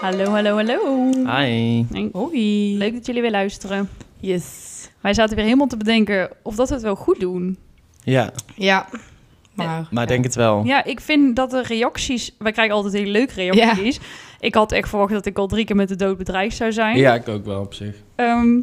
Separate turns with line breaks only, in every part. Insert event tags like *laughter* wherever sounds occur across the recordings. Hallo, hallo, hallo.
Hi.
En
Hoi.
Leuk dat jullie weer luisteren.
Yes.
Wij zaten weer helemaal te bedenken of dat we het wel goed doen.
Ja,
Ja. Maar,
maar denk het wel.
Ja, ik vind dat de reacties... Wij krijgen altijd hele leuke reacties. Ik had echt verwacht dat ik al drie keer met de dood bedreigd zou zijn.
Ja, ik ook wel op zich.
Ehm,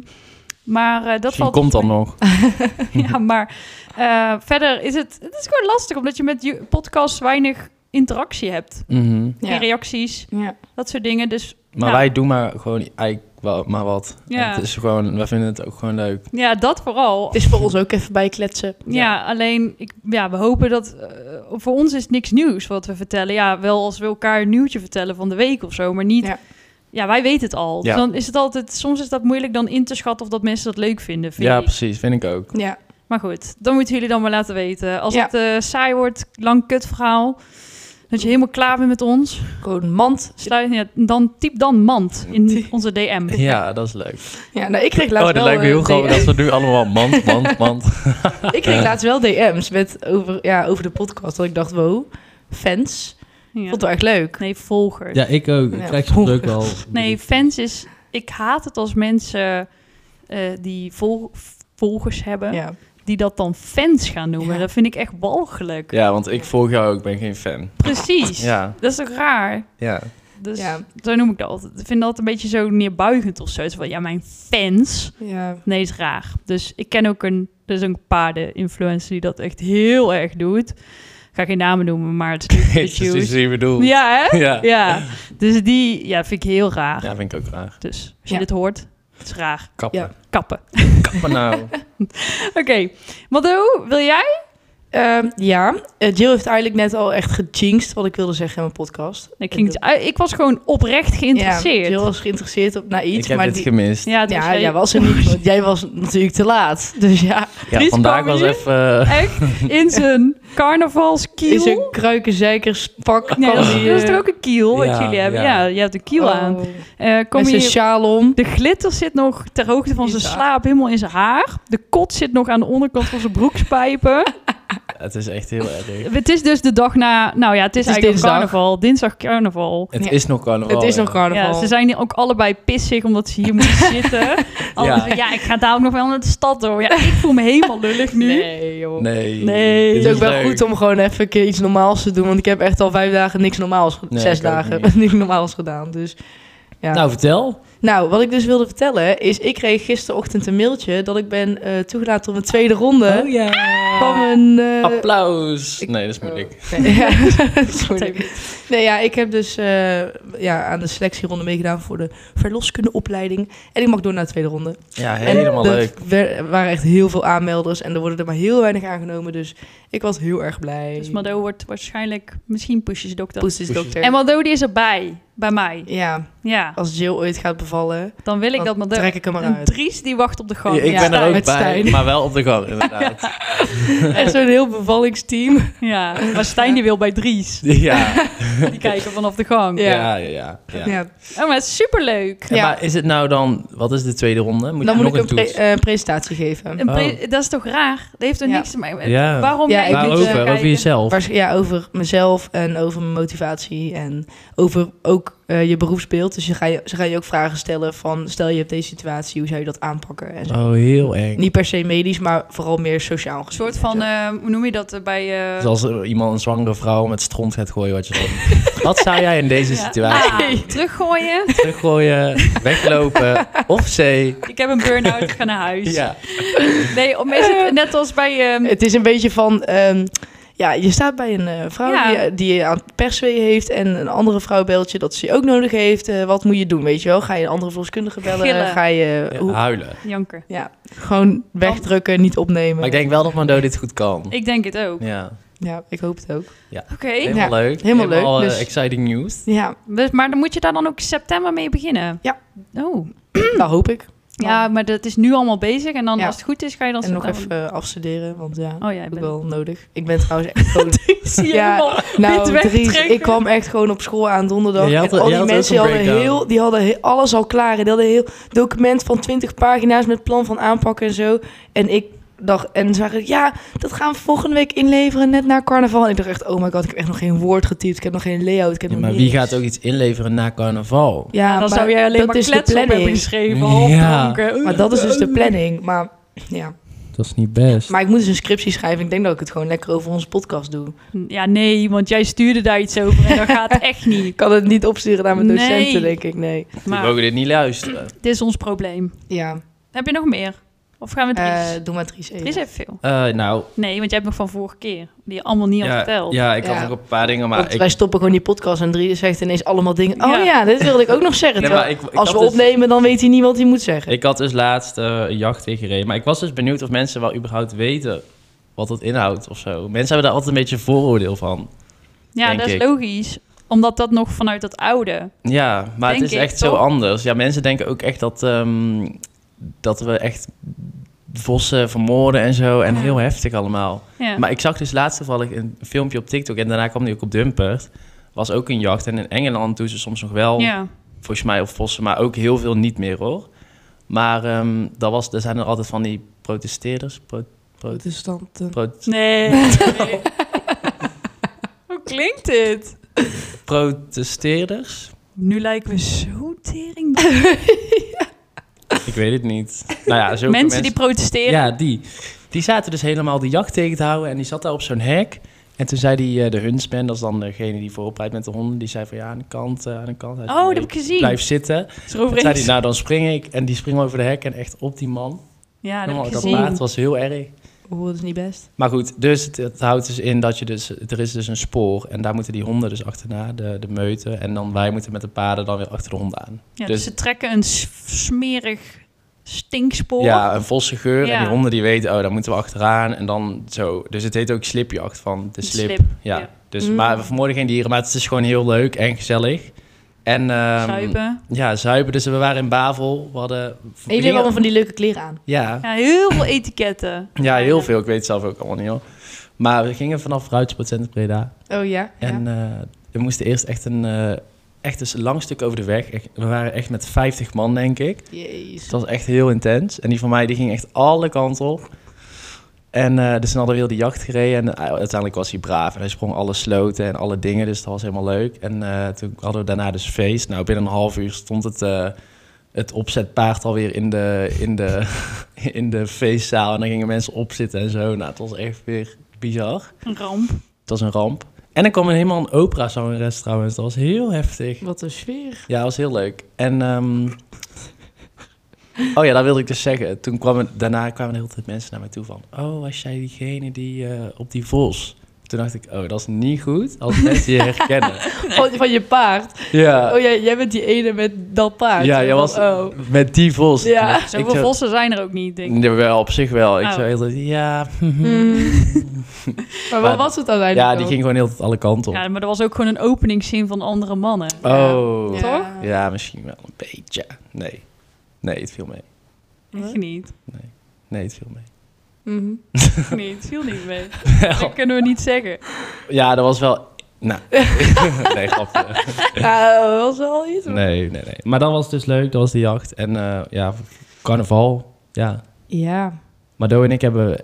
maar eh, dat
Misschien
valt...
komt dan
*laughs*
nog.
*laughs* Ja, maar eh, verder is het... Het is gewoon lastig, omdat je met je podcast weinig interactie hebt.
Mhm.
Ja.
Geen reacties,
Ja.
dat soort dingen. Dus
Maar
Ja.
wij doen maar gewoon eigenlijk wel, maar wat.
Ja.
Het is gewoon, wij vinden het ook gewoon leuk.
ja, dat vooral.
Het is voor ons ook even bijkletsen.
Ja, alleen ik, ja, we hopen dat. eh, voor ons is het niks nieuws wat we vertellen. Ja, wel als we elkaar een nieuwtje vertellen van de week of zo, maar niet. Ja,
Ja.
wij weten het al. Dus
Ja.
dan is het altijd. Soms is dat moeilijk dan in te schatten of dat mensen dat leuk vinden. Vind
ja,
ik.
precies. Vind ik ook.
Ja.
Maar goed, dan moeten jullie dan maar laten weten. Als
Ja.
het eh, saai wordt, lang kut verhaal. Dat je helemaal klaar bent met ons.
Gewoon mand.
Sluit, ja, dan typ dan mand in onze DM.
Ja, dat is leuk.
Ja, nou, ik kreeg
Oh,
laatst
dat
wel...
lijkt me
eh,
heel grappig dat
DM's.
we nu
*laughs*
allemaal mand, mand, mand.
Ik kreeg laatst wel DM's met over, ja, over de podcast. Dat ik dacht, wow, fans.
Ja.
Vond het wel echt leuk.
Nee, volgers.
Ja, ik ook. Ik
Ja,
krijg soms ook wel.
Nee, fans is... Ik haat het als mensen eh, die vol- volgers hebben...
Ja.
die dat dan fans gaan noemen.
Ja.
Dat vind ik echt walgelijk.
Ja, want ik volg jou ook, ik ben geen fan.
Precies.
Ja,
Dat is toch raar?
ja. *laughs*
Dus
Ja.
zo noem ik dat altijd. Ik vind dat een beetje zo neerbuigend of zo. Het is van, ja, mijn fans.
Ja.
Nee, is raar. Dus ik ken ook een, er is een paarden-influencer die dat echt heel erg doet. Ik ga geen namen noemen, maar het is
Jezus, dit is
juice.
wat je bedoelt.
*laughs*
Ja, hè?
dus *laughs* Ja.
Ja. Dus die ja, vind ik heel raar.
Ja, vind ik ook raar.
Dus als je
Ja.
dit hoort, het is raar.
Kappen.
Ja.
Kappen.
Kappen nou.
Oké, Maddo, wil jij?
Ehm, ja. Eh, Jill heeft eigenlijk net al echt gejinxed wat ik wilde zeggen in mijn podcast. Eh,
Nee, ik, ging niet uit. ik was gewoon oprecht
Ja,
geïnteresseerd.
Jill was geïnteresseerd op, naar
Ik
*laughs* iets.
heb
maar
dit
die,
gemist. Ja,
Ja, dus
ja,
jij-
jij was er niet. Want jij was natuurlijk te laat. *laughs* Dus ja,
Dries
vandaag
kwam
was
hier.
even... eh,
*laughs* echt in zijn
is
carnavalskiel.
een kruikenzeikerspak.
Nee,
kan
dat is,
die,
dat is
eh,
toch ook een kiel wat
Ja,
jullie hebben? Ja,
ja.
je hebt een kiel
oh.
aan. Eh, kom
Met zijn
hier,
sjaal om.
de glitter zit nog ter hoogte van zijn
Bizar.
slaap helemaal in zijn haar. De kot zit nog aan de onderkant van zijn
*laughs*
broekspijpen.
het is echt heel erg.
het is dus de dag na... Nou ja, het is,
Het is
eigenlijk
dinsdag.
carnaval. Dinsdag carnaval.
Het
Ja.
is nog carnaval.
het is
ja.
nog carnaval.
Ja, ze zijn hier ook allebei pissig omdat ze hier moeten
*laughs*
zitten. Anders, ja. ik ga daar ook nog wel naar de stad hoor. Ja, ik voel me helemaal lullig nu.
Nee, joh.
Nee.
Nee.
Dit
Het is ook wel
leuk.
goed om gewoon even een keer iets normaals te doen. Want ik heb echt al vijf dagen niks normaals gedaan.
Nee,
zes
ik ook
dagen
niet.
*laughs* niks. normaals gedaan. Dus, ja. nou.
Nou, vertel.
wat ik dus wilde vertellen is... Ik kreeg gisterochtend een mailtje dat ik ben eh, toegelaten tot een tweede ronde.
Oh ja.
Van een... eh,
Applaus. Nee, dat is moeilijk.
nee,
*laughs*
*laughs* ja,
Dat
sorry.
heeft niet.
Nee, ja, ik heb dus eh, ja, aan de selectieronde meegedaan voor de verloskundeopleiding. En ik mag door naar de tweede ronde.
Ja, helemaal
en
leuk.
Er wer- waren echt heel veel aanmelders en er worden er maar heel weinig aangenomen. Dus ik was heel erg blij.
Dus Maddo wordt waarschijnlijk misschien poesjesdokter.
Poes is dokter.
En Maddo die is erbij, bij mij.
Ja,
Ja,
als Jill ooit gaat bevallen,
dan wil ik
dan
dat Maddo...
Oh. trek ik hem
Een
eruit.
Dries die wacht op de gang.
Ja, ik
Ja,
ben er ook bij,
met Stijn.
maar wel op de gang, inderdaad.
Echt zo'n heel bevallingsteam.
Ja, maar Stijn die wil bij Dries.
*laughs* Ja,
Die kijken vanaf de gang.
Ja.
ja, ja. ja, ja.
Ja.
Oh, maar het is superleuk.
En
Ja.
Maar is het nou dan, wat is de tweede ronde? Moet
Dan
je
moet ik
nog
een
een
pre-
toets?
eh, presentatie geven.
Oh.
Een pre- Dat is toch raar? Dat heeft er
Ja.
niks te maken.
Ja.
Waarom
Ja,
jij
ik moet,
niet
eh,
Waarover?
kijken?
Over jezelf.
Waars- Ja, over mezelf en over mijn motivatie en over ook eh, je beroepsbeeld. Dus je ga je, ze gaan je ook vragen stellen van, stel je hebt deze situatie, hoe zou je dat aanpakken? En zo.
Oh, heel erg.
Niet per se medisch, maar vooral meer sociaal.
Een soort van, eh, hoe noem je dat eh, bij... eh,
Zoals eh, iemand een zwangere vrouw met stront gaat gooien, wat je
*laughs*
dan... wat zou jij in deze
ja.
situatie
A, teruggooien.
teruggooien, weglopen of C?
Ik heb een burn-out, ik ga naar huis.
Ja,
Nee, om, is
Eh.
het net als bij... ehm,
Het is een beetje van, ehm, ja, je staat bij een eh, vrouw
Ja.
die, die je aan het perswee heeft en een andere vrouw belt je dat ze je ook nodig heeft. Eh, wat moet je doen, weet je wel? Ga je een andere verloskundige bellen?
Gillen.
Ga je
Ja, Ah.
hoe-
huilen.
Janker.
ja, gewoon wegdrukken, niet opnemen?
Maar ik denk wel dat Mando dit goed kan.
Ik denk het ook.
Ja,
Ja, ik hoop het ook.
Oké,
helemaal
Ja,
leuk.
helemaal leuk,
eh,
dus-
exciting news.
Ja,
Dus- maar dan moet je daar dan ook september mee beginnen?
Ja.
Oh.
dat hoop ik.
Ja, maar dat is nu allemaal bezig. En dan
Ja.
als het goed is, ga je dan
En nog
september-
even eh, afstuderen, want ja,
Oh ja, ik
heb
ben...
ik wel nodig. Ik ben trouwens echt gewoon...
*laughs* Zie je
Ja.
helemaal wit
nou, Dries,
wegtrekken.
ik kwam echt gewoon op school aan donderdag.
Ja, jij had-
en al
jij
die
had ook
mensen
een
die hadden,
breakdown.
heel, die hadden he- alles al klaar. Die hadden een heel document van 20 pagina's met plan van aanpak en zo. En ik dag. En ze waren, ja, dat gaan we volgende week inleveren, net na carnaval. En ik dacht echt, oh my god, ik heb echt nog geen woord getypt. Ik heb nog geen layout. Ik heb
Ja,
nog
maar
niks.
wie gaat ook iets inleveren na carnaval?
Ja,
dan
maar
zou jij alleen
dat
maar
is de
klets op hebben
planning.
geschreven. half
Ja.
dronken.
Maar dat is dus de planning. Maar ja,
Dat is niet best.
maar ik moet dus een scriptie schrijven. Ik denk dat ik het gewoon lekker over onze podcast doe.
Ja, nee, want jij stuurde daar iets over en dat gaat echt
Ik
*laughs*
niet.
kan het niet opsturen naar mijn docenten,
Nee.
denk ik. Nee.
Die
Maar
mogen dit niet luisteren.
dit is ons probleem.
Ja,
Heb je nog meer? Of gaan we
eh,
Dries?
doe maar Dries even.
Dries heeft veel.
Eh, nou,
Nee, want jij hebt nog van vorige keer, die je allemaal niet had
ja,
verteld.
ja, ik had
Ja.
nog een paar dingen,
Want
maar ik...
wij stoppen gewoon die podcast en Dries zegt ineens allemaal dingen.
Ja.
Oh ja, dit wilde ik ook nog zeggen.
Nee,
Terwijl
maar ik- ik
als
had
we
dus-
opnemen, dan weet hij niet wat hij moet zeggen.
Ik had dus laatst eh, een jacht gereden. Maar ik was dus benieuwd of mensen wel überhaupt weten wat het inhoudt of zo. Mensen hebben daar altijd een beetje een vooroordeel van.
Ja,
denk
dat is
ik.
logisch. Omdat dat nog vanuit dat oude.
Ja, maar
Denk
het is
ik,
echt zo
toch?
anders. Ja, mensen denken ook echt dat, ehm, dat we echt vossen vermoorden en zo. En
Ja.
heel heftig allemaal.
Ja.
*laughs* Maar ik zag dus laatst toevallig een filmpje op TikTok. En daarna kwam die ook op Dumpert. Was ook een jacht. En in Engeland doen ze soms nog wel
ja.
volgens mij op vossen, maar ook heel veel niet meer hoor. Maar ehm dat was, er zijn er altijd van die protesteerders. Pro, pro,
Protestanten.
pro- *laughs*
Nee. nee. Hoe klinkt dit?
protesteerders?
Nu lijken we zo tering.
Ik weet het niet. Nou ja, zulke
Mensen, die protesteren.
Ja, die. Die zaten dus helemaal die jacht tegen te houden en die zat daar op zo'n hek. En toen zei die, eh, de huntsman, dat is dan degene die voorop rijdt met de honden, die zei van ja, aan de kant, eh, aan de kant. Hij zei,
oh, dat
"Nee,
heb ik gezien.
Blijf zitten.
Het is
Toen
eroverheen.
zei hij, nou dan spring ik. En die spring over de hek en echt op die man.
Ja, dat
Helemaal
heb
op
ik
dat
gezien.
paard was heel erg.
Oh, dat is niet best.
Maar goed, dus het, het houdt dus in dat je dus, er is dus een spoor en daar moeten die honden dus achterna, de, de meute. En dan wij moeten met de paarden dan weer achter de honden aan.
Ja,
Dus-
dus ze trekken een s- smerig stinkspoor.
Ja, een volse geur en
Ja.
die honden die weten, oh daar moeten we achteraan en dan zo. Dus het heet ook slipjacht van de
De
slip.
slip,
Ja.
ja.
Dus,
Mm.
Maar we vermoorden geen dieren, maar het is gewoon heel leuk en gezellig. En, ehm,
Zuipen.
Ja, zuipen. Dus we waren in Bavel, we hadden...
En jullie hebben allemaal van die leuke kleren aan.
Ja,
Ja, heel veel etiketten.
ja, heel veel. Ik weet het zelf ook allemaal niet hoor. Maar we gingen vanaf Ruitsport Center Breda.
Oh ja?
En eh, we moesten eerst echt een, eh, echt een lang stuk over de weg. Echt- We waren echt met 50 man, denk ik.
Jezus.
Het was echt heel intens. En die van mij die ging echt alle kanten op. En eh, dus toen hadden we heel die jacht gereden. En eh, uiteindelijk was hij braaf. En hij sprong alle sloten en alle dingen. Dus dat was helemaal leuk. En eh, toen hadden we daarna dus feest. Nou, binnen een half uur stond het, eh, het opzetpaard alweer in de, in, de, *laughs* in de feestzaal. En dan gingen mensen opzitten en zo. Nou, het was echt weer bizar.
Een ramp.
Het was een ramp. En er kwam een helemaal een operazangeres trouwens. Dat was heel heftig.
Wat een sfeer.
Ja, dat was heel leuk. En ehm, oh ja, dat wilde ik dus zeggen. Toen kwamen, daarna kwamen de hele tijd mensen naar mij toe van... Oh, was jij diegene die eh, op die vos? Toen dacht ik, oh, dat is niet goed als mensen je herkennen.
*laughs* Van, van je paard.
Ja,
Oh ja, jij bent die ene met dat paard.
ja jij
Van,
was
*laughs* Oh.
met die vos.
Ja.
En ik- ik
Zoveel
zo-
vossen zijn er ook niet, denk ik.
Ja, wel, op zich wel. Ik
Oh.
zei altijd, ja...
Mm.
*laughs* Maar-
Maar wat was het uiteindelijk
Ja, die
dan?
ging gewoon heel tot alle kanten op.
Ja, maar er was ook gewoon een openingszin van andere mannen.
Oh.
Toch?
Ja, misschien wel een beetje. Nee. Nee, het viel mee.
Echt *laughs* niet.
Nee, het viel mee.
Mhm.
Echt niet. Viel niet mee. Dat kunnen we niet zeggen.
Ja, dat was wel... Nou, nee, grapje.
*laughs* Ja, dat was wel iets.
Nee, nee, nee. Maar dat was dus leuk, dat was de jacht. En eh, ja, carnaval, ja.
Ja.
Maar Do en ik hebben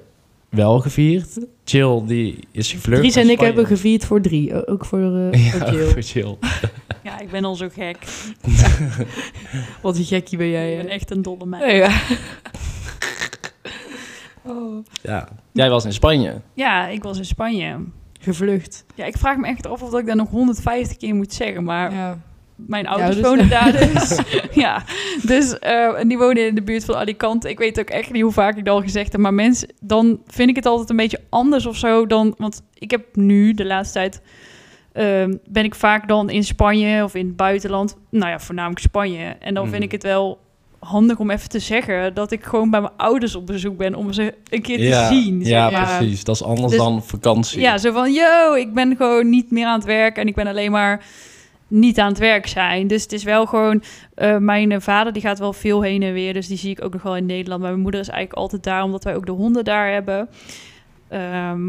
wel gevierd. Chill, die is gevlucht.
Dries
naar
en ik
Spanje.
hebben gevierd voor drie. O- Ook voor, eh,
*laughs* Ja,
voor
ook
Jill.
voor chill.
Ja, ik ben al zo gek.
Wat een gekkie ben jij.
Ik
hè?
ben echt een dolle meid.
Nee, ja. oh.
Ja. Jij was in Spanje.
Ja, ik was in Spanje.
Gevlucht.
Ja, ik vraag me echt af of dat ik dat nog 150 keer moet zeggen, maar
Ja.
mijn ouders
dus-
wonen
*laughs*
daar dus. ja, dus eh, en die wonen in de buurt van Alicante. Ik weet ook echt niet hoe vaak ik dat al gezegd heb, maar mensen, dan vind ik het altijd een beetje anders of zo dan, want ik heb nu de laatste tijd ehm, ben ik vaak dan in Spanje of in het buitenland, nou ja, voornamelijk Spanje, en dan vind
Mm.
ik het wel handig om even te zeggen dat ik gewoon bij mijn ouders op bezoek ben om ze een keer te zien. zeg
ja,
maar.
precies. Dat is anders
Dus-
dan vakantie.
Ja, zo van, yo, ik ben gewoon niet meer aan het werk en ik ben alleen maar niet aan het werk zijn. Dus het is wel gewoon, eh, mijn eh, vader die gaat wel veel heen en weer, dus die zie ik ook nog wel in Nederland. Maar mijn moeder is eigenlijk altijd daar, omdat wij ook de honden daar hebben. Ehm,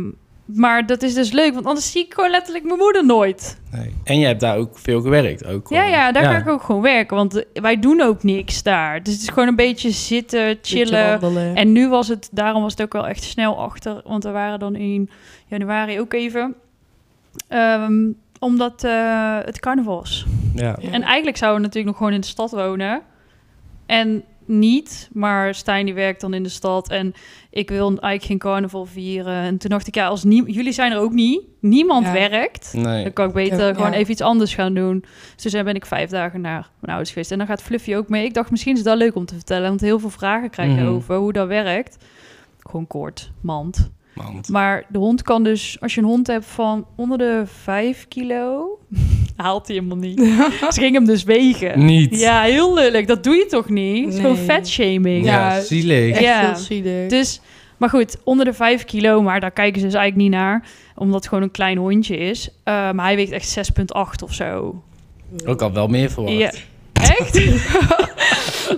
Maar dat is dus leuk, want anders zie ik gewoon letterlijk mijn moeder nooit.
Nee. En je hebt daar ook veel gewerkt. Ook
Ja,
gewoon.
ja, daar ga ik ook gewoon werken, want eh, wij doen ook niks daar. Dus het is gewoon een beetje zitten, chillen.
wandelen.
En nu was het, daarom was het ook wel echt snel achter. Want we waren dan in januari ook even. Ehm, omdat eh, het carnaval was.
Ja.
Ja.
En eigenlijk zouden we natuurlijk nog gewoon in de stad wonen. En niet, maar Stijn die werkt dan in de stad. En ik wil eigenlijk geen carnaval vieren. En toen dacht ik, ja, als nie- jullie zijn er ook niet. Niemand
Ja.
werkt.
Nee.
Dan kan ik beter
Ja.
gewoon
Ja.
even iets anders gaan doen. Dus toen ben ik vijf dagen naar mijn ouders geweest. En dan gaat Fluffy ook mee. Ik dacht, misschien is dat leuk om te vertellen. Want heel veel vragen krijg je
Mhm.
over hoe dat werkt. Gewoon kort, mand.
Want-
Maar de hond kan dus, als je een hond hebt van onder de vijf kilo... *laughs* haalt hij helemaal niet. Ze ging hem dus wegen.
Niet.
Ja, heel lullig. Dat doe je toch niet? Het is gewoon
Nee.
vetshaming.
Ja,
Ja.
zielig.
Echt
Ja.
heel zielig.
Dus, maar goed, onder de 5 kilo, maar daar kijken ze dus eigenlijk niet naar, omdat het gewoon een klein hondje is. Eh, maar hij weegt echt 6,8 of zo.
Ook al wel meer verwacht.
Ja. *laughs* Echt?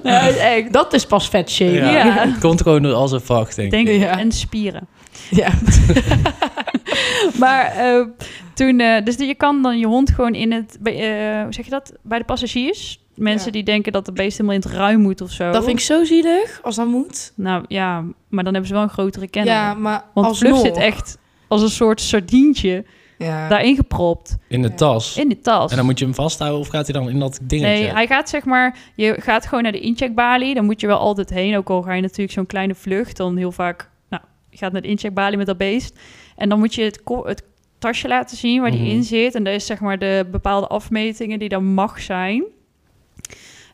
ja, is echt.
Dat is pas vet shame.
Ja.
Het komt gewoon door al zijn vacht, denk ik.
Denk ik.
Ja.
En spieren.
Ja.
Oh. Maar eh, toen, eh, dus je kan dan je hond gewoon in het, bij, eh, hoe zeg je dat? Bij de passagiers. Mensen
Ja.
die denken dat de beest helemaal in het ruim moet of zo.
Dat vind ik zo zielig, als dat moet.
Nou ja, maar dan hebben ze wel een grotere kennis.
Ja, maar
Want
als
Fluff zit echt als een soort sardientje
Ja.
daarin gepropt
In de
Ja.
tas.
in de tas.
En dan moet je hem vasthouden of gaat hij dan in dat dingetje?
Nee, hij gaat zeg maar, je gaat gewoon naar de incheckbalie. Dan moet je wel altijd heen. Ook al ga je natuurlijk zo'n kleine vlucht, dan heel vaak, nou, je gaat naar de incheckbalie met dat beest. En dan moet je het, ko- het tasje laten zien waar
Mhm.
die in zit. En daar is zeg maar de bepaalde afmetingen die dan mag zijn.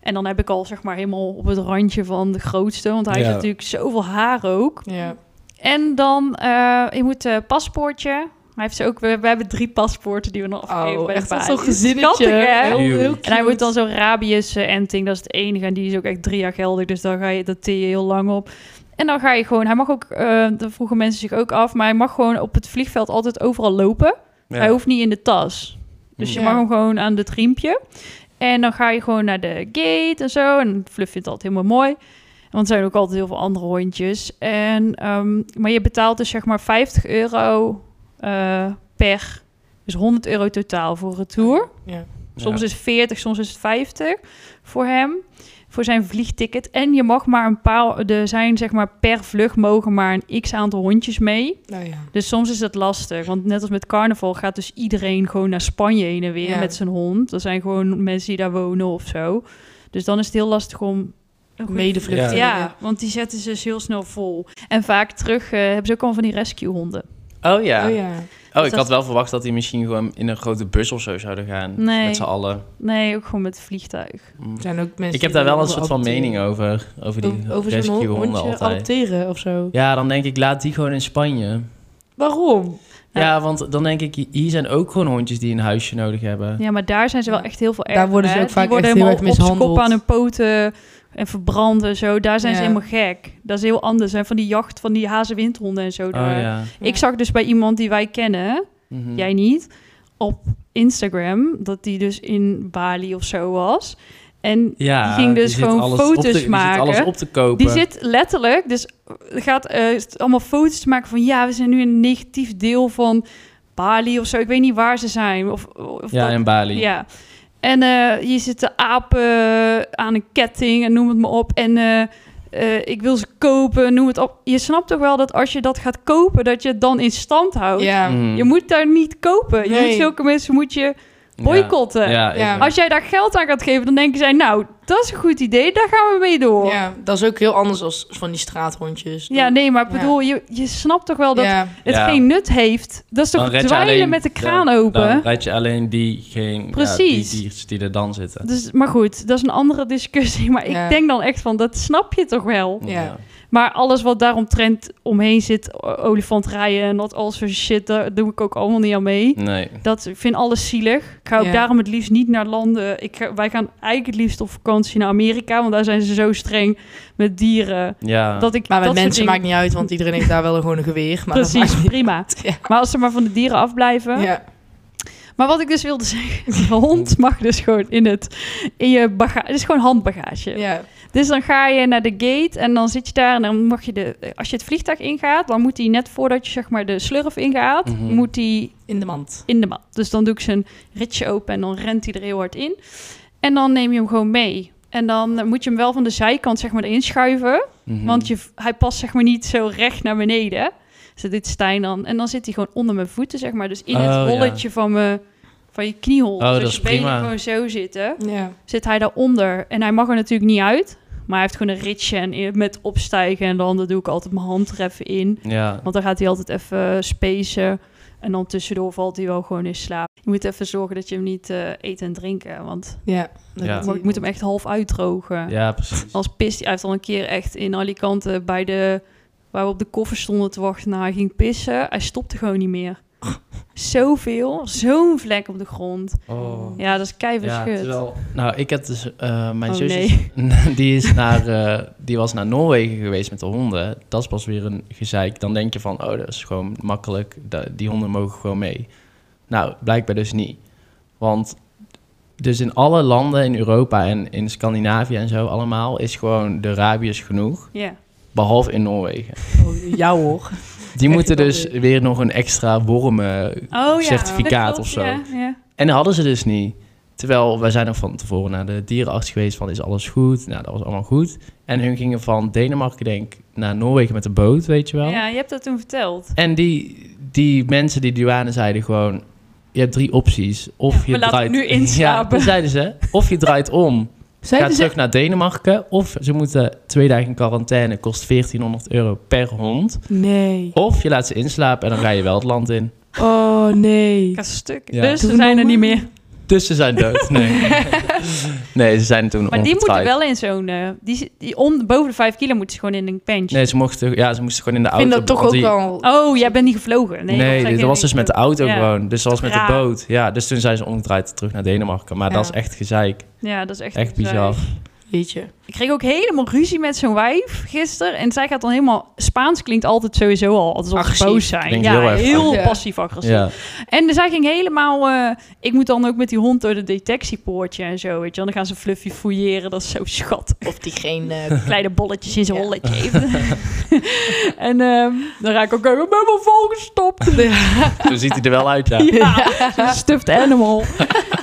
En dan heb ik al zeg maar helemaal op het randje van de grootste, want hij
Ja.
heeft natuurlijk zoveel haar ook.
Ja.
En dan, eh, je moet eh paspoortje. Hij heeft ze ook, we, we hebben drie paspoorten die we nog afgeven
Oh,
bij de
echt wel
balie.
zo'n gezinnetje.
Schattig, hè?
Heel, heel
En hij
En hij
cute.
wordt dan zo'n rabius-enting, dat is het enige. En die is ook echt drie jaar geldig, dus daar, ga je, dat tee je heel lang op. En dan ga je gewoon, hij mag ook, eh dat vroegen mensen zich ook af, maar hij mag gewoon op het vliegveld altijd overal lopen.
Ja.
Hij hoeft niet in de tas. Dus je
Ja.
mag hem gewoon aan het riempje. En dan ga je gewoon naar de gate en zo. En Fluff vindt dat helemaal mooi. Want er zijn ook altijd heel veel andere hondjes. En, ehm, maar je betaalt dus zeg maar 50 euro eh, per. Dus 100 euro totaal voor retour.
Ja.
Ja.
Soms is het 40, soms is het 50 voor hem. Voor zijn vliegticket. En je mag maar een paar. Er zijn zeg maar per vlucht mogen maar een x aantal hondjes mee.
Nou ja.
Dus soms is dat lastig. Want net als met carnaval gaat dus iedereen gewoon naar Spanje heen en weer
Ja.
met zijn hond. Er zijn gewoon mensen die daar wonen of zo. Dus dan is het heel lastig om. een goede-
Medevluchtelingen.
Ja, want die zetten ze dus heel snel vol. En vaak terug eh, hebben ze ook al van die rescuehonden.
Oh ja.
Oh
Oh,
ja.
Dus
ik
dat-
had wel verwacht dat hij misschien gewoon in een grote bus of zo zouden gaan.
Nee.
Met z'n allen.
Nee, ook gewoon met het vliegtuig.
Mm.
Er zijn ook mensen
Ik heb daar wel een
die
soort van
adopteren.
mening over. Over die
O- Over zo'n hond-
rescue-honden
hondje
altijd.
adopteren of zo.
Ja, dan denk ik, laat die gewoon in Spanje.
Waarom?
Nou.
Ja, want dan denk ik, hier zijn ook gewoon hondjes die een huisje nodig hebben.
Ja, maar daar zijn ze wel
Ja.
echt heel veel
Daar
erger,
worden ze
hè?
ook vaak
die worden
echt heel
helemaal
erg
op z'n kop
mishandeld.
aan hun poten en verbranden en zo. Daar zijn ze
Ja.
helemaal gek. Dat is heel anders. En van die jacht van die hazenwindhonden en zo. daar.
Oh ja.
Ik zag dus bij iemand die wij kennen,
Mm.
Mhm.
jij niet, op Instagram, dat die dus in Bali of zo was. En
Ja,
die ging dus
zit
gewoon
alles
foto's
op te- Die
maken.
zit alles op te kopen.
die zit letterlijk, dus gaat eh, st- allemaal foto's te maken van ja, we zijn nu in een negatief deel van Bali of zo. Ik weet niet waar ze zijn. Of, of
ja,
dat-
in Bali.
ja. En eh, hier zitten apen eh, aan een ketting en noem het maar op. En eh, eh, ik wil ze kopen, noem het op. Je snapt toch wel dat als je dat gaat kopen, dat je het dan in stand houdt.
Ja.
Mhm.
Je moet daar niet kopen. Je
Nee.
moet zulke mensen moet je
Ja.
boycotten.
Ja,
Ja.
ik-
Als jij daar geld aan gaat geven, dan denken zij, nou, dat is een goed idee, daar gaan we mee door. Ja,
Ja, dat is ook heel anders als van die straathondjes.
nee, maar ik
Ja.
bedoel, je, je snapt toch wel dat
Ja.
het
Ja.
geen nut heeft. Dat is toch
Dan red je
dweilen
alleen-
met de kraan
dan-
open.
Dan rijd je alleen die, geen,
Precies.
Ja, die diertjes die er dan zitten.
Dus, maar goed, dat is een andere discussie. Maar ik
Ja.
denk dan echt van, dat snap je toch wel?
Ja.
Maar alles wat daaromtrent omheen zit, o- olifantrijden en dat al soort shit, daar doe ik ook allemaal niet aan mee.
Nee.
Dat, ik vind alles zielig. Ik ga ook
Ja.
daarom het liefst niet naar landen. Ik ga- wij gaan eigenlijk het liefst op vakantie naar Amerika, want daar zijn ze zo streng met dieren.
Ja.
Dat ik
Maar met
dat soort
mensen
dingen-
maakt niet uit, want iedereen heeft daar wel gewoon een geweer. Maar dat
Precies,
maakt niet-
prima.
Ja.
Maar als ze maar van de dieren afblijven.
Ja.
Maar wat ik dus *laughs* wilde zeggen, de hond mag dus gewoon in, het, in je bagage. Het is gewoon handbagage.
Ja.
Dus dan ga je naar de gate en dan zit je daar en dan mag je de... Als je het vliegtuig ingaat, dan moet die net voordat je zeg maar de slurf ingaat,
Mhm.
moet die
In de mand.
in de mat. Dus dan doe ik zijn ritje open en dan rent hij er heel hard in. En dan neem je hem gewoon mee. En dan eh, moet je hem wel van de zijkant zeg maar erin schuiven.
Mhm.
Want je, hij past zeg maar niet zo recht naar beneden. Dus dit is Stijn dan. En dan zit hij gewoon onder mijn voeten, zeg maar. Dus in
Oh,
het
ja.
holletje van, mijn, van je kniehol.
Oh,
dus
dat
als
is
je benen
prima.
gewoon zo zitten,
Ja.
zit hij daaronder. En hij mag er natuurlijk niet uit. Maar hij heeft gewoon een ritje en in- met opstijgen. En dan dan doe ik altijd mijn hand er even in.
Ja.
Want dan gaat hij altijd even eh, spacen. En dan tussendoor valt hij wel gewoon in slaap. Je moet even zorgen dat je hem niet eh eten en drinken. Want
Ja.
Ja.
Dat
je Oh, moet hem echt half uitdrogen.
ja, precies.
Als pist, hij heeft al een keer echt in Alicante bij de waar we op de koffer stonden te wachten. Nou, hij ging pissen. Hij stopte gewoon niet
*laughs*
meer. Zoveel, zo'n vlek op de grond.
Oh.
Ja, dat is
Ja,
keihard
terwijl- nou, ik heb dus eh, mijn
Oh,
zusje, *laughs* die, is naar, eh, die was naar Noorwegen geweest met de honden. Dat is pas weer een gezeik. Dan denk je van, oh, dat is gewoon makkelijk. Da- Die honden mogen gewoon mee. Nou, blijkbaar dus niet. Want dus in alle landen in Europa en in Scandinavië en zo allemaal... is gewoon de rabies genoeg,
Ja.
behalve in Noorwegen.
Oh, ja hoor.
Die
je
moeten
wel
dus
weer.
weer nog een extra wormen
Oh ja.
Certificaat
dat
of
klopt,
zo.
Ja, ja.
En dat hadden ze dus niet. Terwijl wij zijn nog van tevoren naar de dierenarts geweest van is alles goed? Nou, dat was allemaal goed. En hun gingen van Denemarken denk ik, naar Noorwegen met de boot, weet je wel.
Ja, je hebt dat toen verteld.
En die, die mensen, die douane, zeiden gewoon... Je hebt drie opties. Of
Ja,
je
we laten
draait...
nu inslapen.
*laughs* Ja, dat zeiden ze. Of je draait
*laughs*
om. Ga
dus
Zeiden
terug naar Denemarken. Of ze moeten twee dagen in quarantaine. Kost 1400 euro per hond.
Nee.
Of je laat ze inslapen en dan ga je wel het land in.
Oh, nee.
Ik ga stuk.
Ja.
Dus
Doe
ze zijn er
normaal.
niet meer.
Dus ze zijn dood. Nee,
*laughs*
nee ze zijn toen
Maar die moeten
ongetrouwd.
wel in zo'n... eh, die, zi- die on, boven de vijf kilo moeten ze gewoon in een pentje.
Nee, ze mochten, ja, ze moesten gewoon in de
Ik
auto.
vind dat toch
want
ook
die-
wel...
Oh, jij bent niet gevlogen. Nee,
Nee,
of zij
dat
gingen
was dus
niet
met de auto
Ja.
gewoon. Dus dat was met de
Raar.
boot. Ja, dus toen zijn ze omgedraaid terug naar Denemarken. Maar dat
Ja.
is echt gezeik.
Ja, dat is echt...
Echt bizar.
Jeetje.
Ik kreeg ook helemaal ruzie met zo'n wijf gisteren. En zij gaat dan helemaal... Spaans klinkt altijd sowieso al alsof ze
Agressief.
boos zijn.
Klinkt
Ja,
heel
heel,
erg
agressief.
passief-agressief.
Ja.
En zij ging helemaal... eh, ik moet dan ook met die hond door de detectiepoortje en zo, weet je wel. Dan gaan ze Fluffy fouilleren. Dat is zo schattig.
Of die geen...
*laughs*
Kleine bolletjes in zijn
Ja. *laughs*
holletje even. *laughs* en ehm, dan raak ik ook helemaal volgestopt.
*laughs*
Toen ziet hij er wel uit, ja.
Ja, zo'n *laughs* stuffed
*laughs*
animal.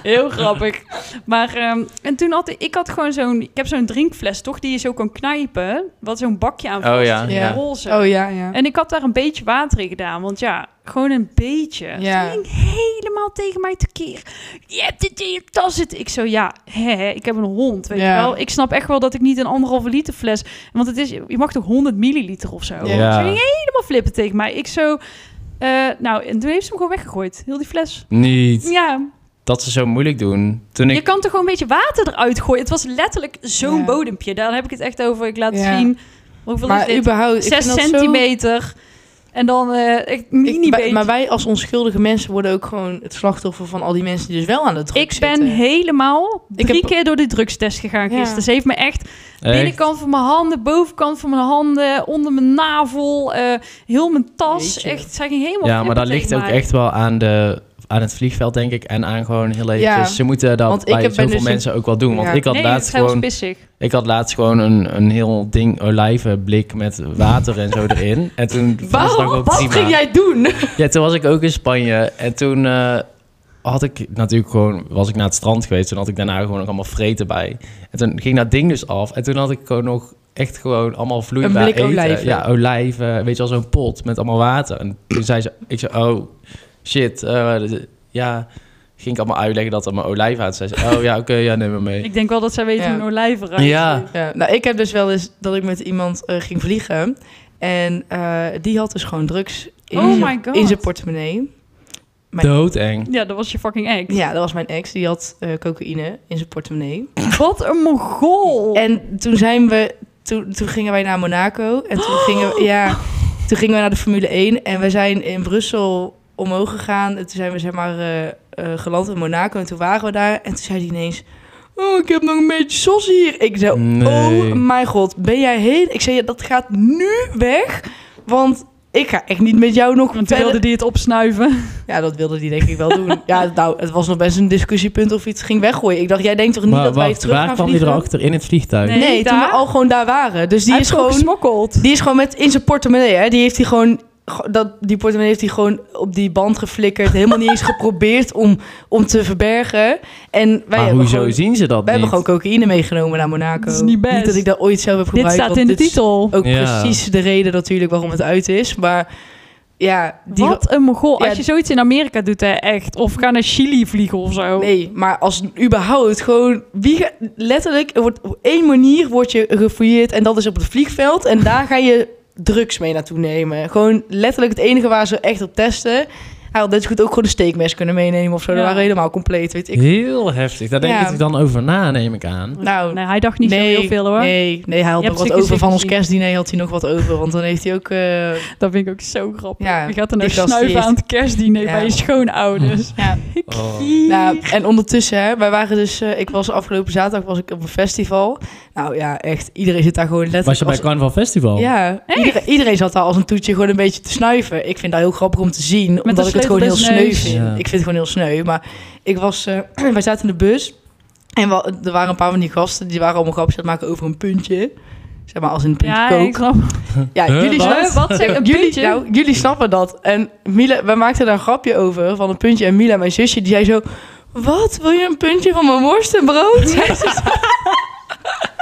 Heel grappig. Maar ehm, en toen had ik, ik had gewoon zo'n, ik heb zo'n drinkfles toch die je zo kan knijpen, wat zo'n bakje aan
Oh,
vast
ja,
zit,
ja.
roze.
Oh ja, ja.
En ik had daar een beetje water in gedaan, want ja, gewoon een beetje.
Ja.
Ze ging helemaal tegen mij tekeer. Je hebt dit in je tas zitten. Ik zo, ja, hè, hè, ik heb een hond, weet
Ja.
je wel. Ik snap echt wel dat ik niet een anderhalve liter fles... Want het is, je mag toch 100 milliliter of zo?
Ja.
Ze ging helemaal flippen tegen mij. Ik zo... eh, nou, en toen heeft ze hem gewoon weggegooid. Heel die fles.
Niet
Ja,
dat ze zo moeilijk doen. Toen
je
ik...
kan toch gewoon een beetje water eruit gooien. Het was letterlijk zo'n
Ja.
bodempje. Daar heb ik het echt over. Ik laat
Ja.
zien. Hoeveel is
Maar
dit?
überhaupt... ik
6
vind dat zo-
dus centimeter. En dan eh echt mini
Ik, wij- maar wij als onschuldige mensen worden ook gewoon het slachtoffer van al die mensen die dus wel aan de druk
ik ben
zitten.
helemaal
Ik
drie
heb-
keer door de drugstest gegaan
Ja.
gisteren. Ze heeft me echt
Echt?
binnenkant van mijn handen, bovenkant van mijn handen, onder mijn navel, eh, heel mijn tas.
Jeetje.
Echt, zij ging helemaal
Ja, maar dat
flippen
ligt
tegen
ook
mij.
echt wel aan, de, aan het vliegveld, denk ik. En aan gewoon heel even...
Ja.
Ze moeten dat
Want ik
bij
heb- ben
zoveel
dus een-
mensen ook wel doen. Want
Ja.
ik had
nee,
laatst
het was
gewoon...
pissig.
Ik had laatst gewoon een, een heel ding olijvenblik met water en zo erin. En toen was het dan gewoon
Waarom? Wat
prima.
ging jij doen?
Ja, toen was ik ook in Spanje. En toen eh, had ik natuurlijk gewoon, was ik naar het strand geweest. Toen had ik daarna gewoon nog allemaal vreten bij. En toen ging dat ding dus af. En toen had ik gewoon nog echt gewoon allemaal vloeibaar
blik
eten.
olijven.
Ja, olijven. Weet je wel, zo'n pot met allemaal water. En toen zei ze, ik zei, oh shit, eh, d- ja... Ging ik allemaal uitleggen dat er mijn olijven uit zijn. Zei ze, oh ja, oké, ja, neem maar mee.
Ik denk wel dat zij weet
Ja.
hoe een olijf eruit
Ja,
Ja, nou, ik heb dus wel eens dat ik met iemand eh, ging vliegen. En eh, die had dus gewoon drugs in,
Oh
zijn,
my god.
in zijn portemonnee. Maar-
doodeng.
Ja, dat was je fucking ex.
Ja, dat was mijn ex. Die had eh, cocaïne in zijn portemonnee.
Wat een mongool.
En toen zijn we... Toen, toen gingen wij naar Monaco. En
*gasps*
toen gingen we... Ja, toen gingen we naar de Formule 1. En we zijn in Brussel omhoog gegaan. En toen zijn we zeg maar eh, eh, geland in Monaco. En toen waren we daar. En toen zei hij ineens... Oh, ik heb nog een beetje sos hier. Ik zei,
Nee.
oh mijn god, ben jij heel... Ik zei, ja, dat gaat nu weg. Want ik ga echt niet met jou nog
Want toen
verder.
wilde die het opsnuiven.
Ja, dat wilde die denk ik wel doen. ja, nou, het was nog best een discussiepunt of iets ging weggooien. Ik dacht, jij denkt toch niet
Maar
dat wij
wacht,
terug
waar
gaan
kwam hij
vliegen?
erachter? In het vliegtuig?
Nee,
Nee, toen we
daar?
al gewoon daar waren. Dus die
Hij
is
heeft gewoon
gewoon,
gesmokkeld.
die is gewoon met in zijn portemonnee. Hè? Die heeft hij gewoon, go- dat, die portemonnee heeft hij gewoon op die band geflikkerd. Helemaal niet eens geprobeerd om, om te verbergen. En wij
maar
hebben
hoezo
gewoon,
zien ze dat
wij
niet?
hebben gewoon cocaïne meegenomen naar Monaco.
Dat is niet best.
dat ik dat ooit zelf
Dit
heb gebruikt.
staat
want
in de
dit is
titel.
Ook
Ja.
precies de reden natuurlijk waarom het uit is. Maar ja, die,
Wat een mogol.
Ja,
Als je zoiets in Amerika doet, hè, echt. Of ga naar Chili vliegen of zo.
Nee, maar als überhaupt gewoon... Wie ga- letterlijk, er wordt, op één manier word je gefouilleerd en dat is op het vliegveld. En daar ga je drugs mee naartoe nemen. Gewoon letterlijk het enige waar ze echt op testen. Hij had net zo goed ook gewoon een steekmes kunnen meenemen of zo.
Ja.
Dat waren helemaal compleet, weet ik.
Heel heftig. Daar denk
Ja.
ik
dus
dan over na, neem ik
*laughs*
aan.
Nou,
Nee, hij dacht niet zo heel veel hoor.
Nee, nee, hij had
Je hebt
nog wat
stukjes
over van ons
gezien.
kerstdiner. Had hij nog wat over, want dan heeft hij ook... eh,
Dat vind ik ook zo grappig.
Ja,
je gaat er nou
die gast die
snuiven
is-
aan het kerstdiner
Ja.
bij je schoonouders.
*laughs* ja.
Oh.
Nou, en ondertussen, hè, wij waren dus, eh, ik was afgelopen zaterdag was ik op een festival. Nou ja, echt, iedereen zit daar gewoon letterlijk.
Was je bij
als-
Carnival Festival?
Ja, iedereen, iedereen zat daar als een toetje gewoon een beetje te snuiven. Ik vind dat heel grappig om te zien, omdat
een
ik het gewoon heel
sleutel
sneu
in zijn
vind.
neus. Ja.
Ik vind het gewoon heel sneu, maar ik was, eh, *clears throat* wij zaten in de bus en wa- er waren een paar van die gasten die waren allemaal grapjes aan het maken over een puntje. Zeg maar als in een puntje
Ja,
kook.
ik snap.
Ja,
Huh,
jullie,
wat?
snappen-
Huh, wat zeg- een
jullie,
puntje?
Nou, jullie snappen dat. En Mila, wij maakten daar een grapje over van een puntje. En Mila, mijn zusje, die zei zo... Wat, wil je een puntje van mijn
*laughs*
worstenbrood? Zei ze zo.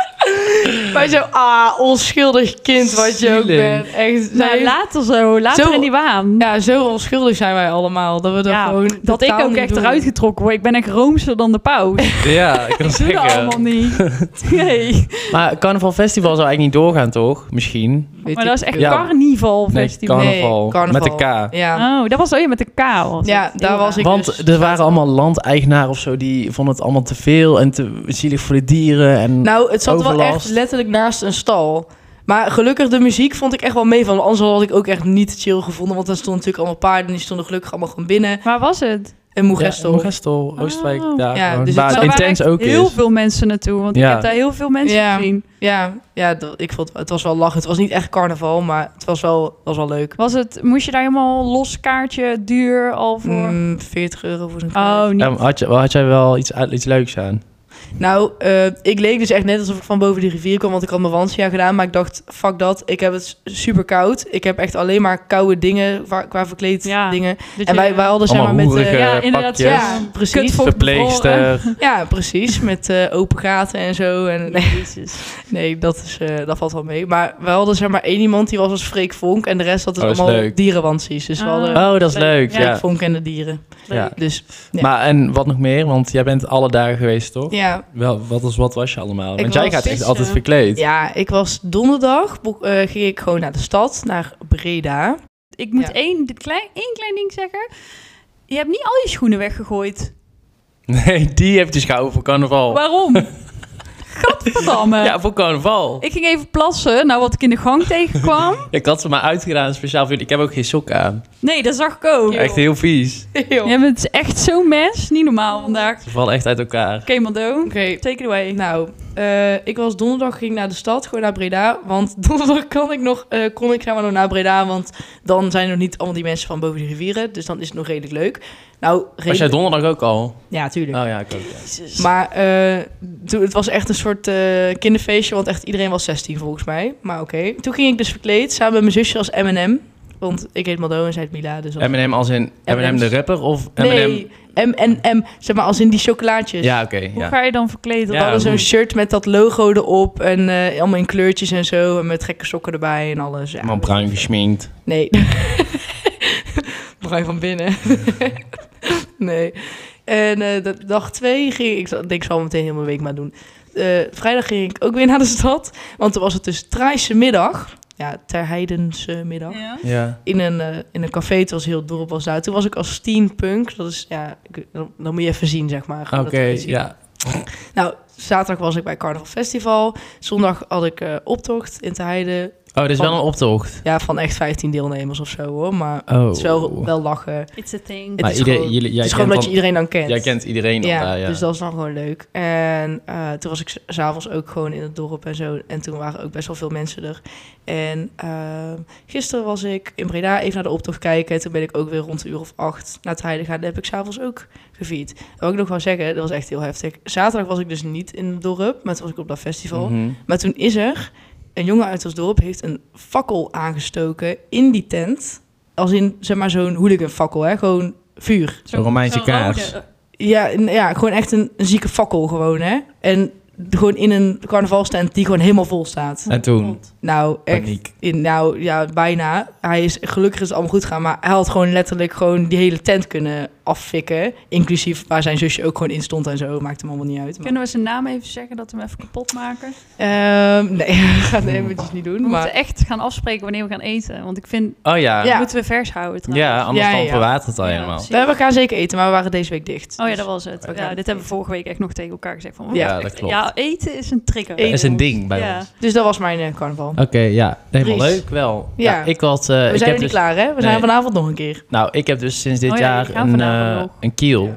Wij zo, ah, onschuldig kind wat je ook
Zielig.
bent. Echt,
Nou,
zij-
later zo. Later
Zo-
in die waan.
ja, zo onschuldig zijn wij allemaal. Dat we dat
Ja,
gewoon
dat ik
totaal
ook
niet
echt
doen.
eruit getrokken word. Ik ben echt roomser dan de pauw. Ik
Ja,
*laughs*
ik kan
doe dat allemaal niet. Nee.
Maar Carnaval Festival zou eigenlijk niet doorgaan, toch? Misschien.
Weet
Maar
ik
dat is echt
Ja.
carnival festival.
Nee,
carnaval.
carnaval.
Met de K.
Ja,
Oh, dat was oh ja met de K. was
Ja,
het.
daar was ik- dus-
Want er waren allemaal landeigenaren of zo die vonden het allemaal te veel en te zielig voor de dieren. En
Nou, het zat wel
Overlast.
echt letterlijk naast een stal. Maar gelukkig, de muziek vond ik echt wel mee van. Anders had ik ook echt niet chill gevonden. Want daar stonden natuurlijk allemaal paarden. Die stonden gelukkig allemaal gewoon binnen.
Waar was het?
En
Moegestel.
Moegestel.
Ja, Moegestel, Oostenrijk.
Oh.
daar
Ja,
gewoon.
dus het
waar
zou-
het
Maar er
intens
waren
ook
echt heel
is.
veel mensen naartoe. Want ik
Ja.
heb daar heel veel mensen
Ja.
gezien.
ja, ja dat, ik vond, het was wel lachen. Het was niet echt carnaval, maar het was wel, was wel leuk.
Was het, moest je daar helemaal los kaartje, duur al voor?
Mm, 40 euro voor zo'n
Oh,
kaart.
niet.
Ja, maar had, je, had jij wel iets, uit- iets leuks aan?
Nou, eh, ik leek dus echt net alsof ik van boven de rivier kwam. Want ik had mijn wandje gedaan. Maar ik dacht, fuck dat. Ik heb het super koud. Ik heb echt alleen maar koude dingen qua, qua verkleed
Ja.
dingen.
Dat
En
je-
wij, wij hadden dus zeg maar
allemaal
met... eh,
hoerige
ja, inderdaad,
pakjes.
ja.
ja, precies.
Kutvo-
Verpleegster.
*laughs* Ja, precies. Met eh, open gaten en zo. En, nee, nee dat, is, eh, dat valt wel mee. Maar we hadden zeg maar één iemand die was als Freek Vonk. En de rest had dus
Oh, dat is
allemaal
leuk.
dierenwansies. Dus we
Ah.
hadden
Oh, dat is leuk.
Ja,
Ja,
Freek Vonk en de dieren.
Ja.
Dus Ja.
Maar en wat nog meer? Want jij bent alle dagen geweest, toch?
ja,
Wel, wat, was, wat was je allemaal?
Ik
Want jij
was
gaat echt
vissen.
altijd verkleed.
ja, ik was donderdag. boek- eh, ging ik gewoon naar de stad, naar
*laughs*
Breda.
Ik moet
Ja.
één, klein, één klein ding zeggen. Je hebt niet al je schoenen weggegooid.
*laughs* Nee, die heb je gehouden voor carnaval.
Waarom?
*laughs*
Gadverdamme.
Oh. Ja, voor carnaval.
Ik ging even plassen, nou wat ik in de gang
*laughs*
tegenkwam.
Ik had ze maar uitgedaan speciaal voor jullie. Ik heb ook geen sok aan.
Nee, dat zag ik ook.
Echt heel vies.
Joh.
Jij bent echt zo'n mes. Niet normaal vandaag.
Ze vallen echt uit elkaar.
Oké, Mando.
Oké,
Take it away.
nou, eh, ik was donderdag ging ik naar de stad, gewoon naar Breda. Want *laughs* donderdag kan ik nog, eh, kon ik zeg maar nog naar Breda. Want dan zijn er niet allemaal die mensen van boven de rivieren. Dus dan is het nog redelijk leuk. Nou,
Was jij
redelijk...
donderdag ook al? Oh
Ja, tuurlijk.
ja, ik ook. ja.
Maar eh, toen, het was echt een soort eh, kinderfeestje, want echt iedereen was 16 volgens mij. Maar oké. Toen ging ik dus verkleed samen met mijn zusje als M&M. Want ik heet Mado en zij heet Mila. Dus als-
M&M als in M&M de rapper of M&M?
dus- Nee, dus M&M, zeg maar als in die chocolaatjes.
Ja, oké.
Hoe
ja.
ga je dan verkleden?
Ja,
Hadden
dan?
zo'n shirt met dat logo erop en eh, allemaal in kleurtjes en zo. En met gekke sokken erbij en alles. Ja,
Maar bruin geschminkt.
Nee. *laughs* Bruin van binnen. *laughs* nee. En eh, dat- dag twee ging ik... Ik denk, ik zal meteen heel mijn week maar doen. Eh, vrijdag ging ik ook weer naar de stad. Want toen was het dus Thaise middag. Ja, Terheidense middag.
Ja.
Ja.
In een, eh, in een café, het was heel het dorp was daar. Toen was ik als steampunk. Dat is, ja, ik- dan, dan moet je even zien, zeg maar.
Oké,
Gewoon dat even zien.
ja.
Nou, zaterdag was ik bij Carnival Festival. Zondag had ik eh, optocht in Te Heide.
Oh, dit is wel een optocht.
Ja, van echt 15 deelnemers of zo hoor. Maar
Oh.
het is wel, wel lachen. Het
It's a thing.
Maar
is
ieder-
gewoon-
jullie- jij
is gewoon
kent
dat je
dan-
iedereen dan kent.
Jij kent iedereen al
ja,
daar, ja.
dus dat is dan gewoon leuk. En eh, toen was ik s- s'avonds ook gewoon in het dorp en zo. En toen waren ook best wel veel mensen er. En ehm, gisteren was ik in Breda even naar de optocht kijken. En toen ben ik ook weer rond een uur of acht naar het Heidegaan. Daar heb ik s'avonds ook gevierd. Dat wil ik nog wel zeggen, dat was echt heel heftig. Zaterdag was ik dus niet in het dorp, maar toen was ik op dat festival.
Mhm.
Maar toen is er een jongen uit ons dorp heeft een fakkel aangestoken in die tent. Als in, zeg maar, zo'n hooliganfakkel, hè? Gewoon vuur.
Zo'n
Een Romeinse
zo'n rode-
kaars.
Ja, n- ja gewoon echt een, een zieke fakkel gewoon, hè? En d- gewoon in een carnavalstent die gewoon helemaal vol staat.
En toen?
Rond.
Nou, echt.
Paniek.
In, nou, ja, bijna. Hij is, gelukkig is het allemaal goed gegaan, maar hij had gewoon letterlijk gewoon die hele tent kunnen affikken. Inclusief waar zijn zusje ook gewoon in stond en zo. Maakt hem allemaal niet uit. maar-
Kunnen we zijn naam even zeggen dat we hem even kapot maken?
Ehm, nee, *laughs* gaat de eventjes niet
We
doen. Maar
moeten echt gaan afspreken wanneer we gaan eten. Want ik vind,
Oh ja.
Ja.
Ja,
moeten we vers houden trouwens.
anders
Ja,
dan
ja.
verwatert het al
Ja,
helemaal.
precies.
We hebben elkaar zeker eten, maar we waren deze week dicht. Dus-
Oh ja, dat was het.
Oké.
Ja, dit hebben we vorige week echt nog tegen elkaar gezegd. Van,
Ja,
oh,
dat
echt-
klopt.
Ja, eten is een trigger.
Dat is een ding bij
Ja.
ons.
Dus dat was mijn eh, carnaval.
Oké, ja. Helemaal
Dries.
leuk wel.
Ja.
ik had, eh,
we
ik
zijn
heb
er niet
dus,
klaar, hè? We zijn
Nee.
vanavond nog een keer.
Nou, ik heb dus sinds dit
Oh ja,
jaar
die gaan
een,
vanavond
eh,
nog.
een kiel.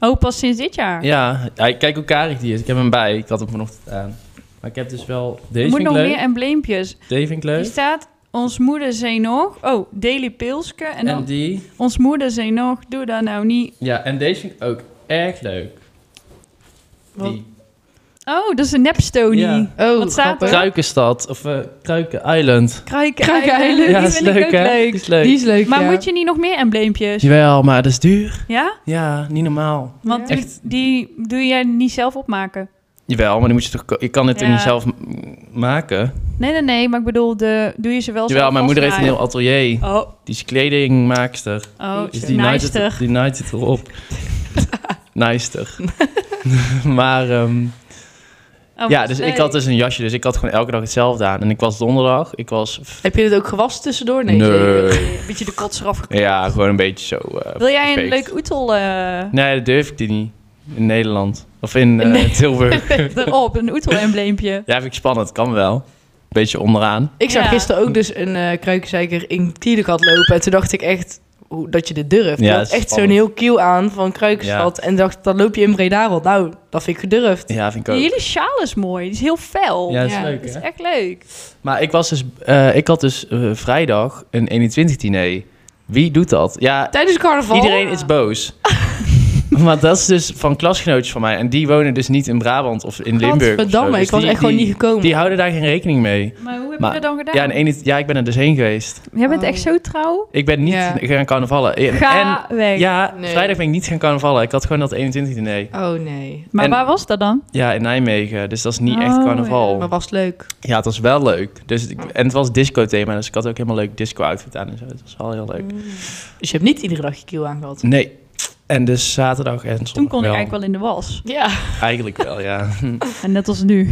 Ja.
Oh, pas sinds dit jaar?
Ja, ja, kijk hoe karig die is. Ik heb hem bij. Ik had hem vanochtend aan. Maar ik heb dus wel...
er
Deze
moet
vind ik
nog
leuk.
meer embleempjes.
Deze vind ik
Hier
leuk.
staat, ons moeder zei nog... Oh, Daily Pilske. En
En,
dan,
die.
ons moeder zei nog, doe dat nou niet.
Ja, en deze vind ik ook erg leuk.
Wat?
Die.
Oh, dat is een nepstonie.
Ja.
Oh,
Wat staat er?
Kruikenstad. Of eh Kruiken Island.
Kruiken,
Kruiken
eilen,
eilen.
die
ja, dat is
vind ik
leuk,
ook
hè?
leuk.
Die is leuk.
Die is leuk,
Maar
ja.
moet je niet nog meer embleempjes?
Jawel, maar dat is duur.
Ja?
Ja, niet normaal.
Want
Ja.
die- die doe jij niet zelf opmaken?
Jawel, maar dan moet je toch... ko- Je kan het toch
Ja.
niet zelf m- maken?
Nee, nee, nee. Maar ik bedoel, de, doe je ze wel
Jawel,
zelf
mijn moeder heeft een heel
vastdraaien?
atelier.
Oh,
Die is kledingmaakster.
oh,
Dus
is
die naait het, die naait
*laughs*
het erop. Naister. maar ehm,
Oh,
ja, dus ik had dus een jasje. Dus ik had gewoon elke dag hetzelfde aan. En ik was donderdag. Ik was... f-
Heb je dit ook gewassen tussendoor? Nee,
Nee.
zeker.
Een beetje de kots eraf gekomen.
Ja, gewoon een beetje zo... eh,
Wil jij een
fake.
leuk oetel eh, *laughs*
Nee, dat durf ik die niet. In Nederland. Of in eh, *laughs* Tilburg.
erop? Een
*laughs*
oetel-embleempje?
Ja, vind ik spannend. Kan wel. Beetje onderaan.
Ik zag
Ja.
gisteren ook dus een eh kruikenzeiker in Kielegat lopen. En toen dacht ik echt hoe, dat je dit durft.
Ja,
je
dat
had
is
echt zo'n
spannend.
heel kiel aan van Kruikenstad. En dacht, dan loop je in Breda rond. Nou, dat vind ik gedurfd.
Ja, vind ik ook.
Jullie sjaal is mooi. Die is heel fel.
Ja, dat is
Ja,
leuk,
Dat is
hè?
echt leuk.
Maar ik was dus... eh, ik had dus eh, vrijdag een 21-diner. Wie doet dat? Ja,
Tijdens het carnaval.
Iedereen is
*laughs*
boos. maar dat is dus van klasgenootjes van mij. En die wonen dus niet in Brabant of in Limburg. of zo.
Gadverdamme,
Dus
ik was
die-
echt gewoon
die-
niet gekomen.
Die houden daar geen rekening mee.
Maar hoe heb
Maar-
je dat dan gedaan?
Ja, en ene- ja, ik ben er dus heen geweest.
Jij bent
Oh.
echt zo trouw.
Ik ben niet
Ja.
gaan carnavallen. En,
Ga
en-
weg.
ja,
Nee.
vrijdag ben ik niet gaan carnavallen. Ik had gewoon dat 21 diner.
Oh nee.
Maar
en-
waar was dat dan?
Ja, in Nijmegen. Dus dat is niet echt
Oh,
carnaval.
ja.
Maar was het leuk.
Ja, het was wel leuk. Dus ik- en het was disco thema. Dus ik had ook helemaal leuk disco outfit aan en zo. Het was wel heel leuk.
Dus je hebt niet iedere dag je kiel aangehad.
Nee. En dus zaterdag en zondag
Toen kon ik
wel.
eigenlijk wel in de was.
*laughs* Ja.
Eigenlijk wel, ja.
En net als nu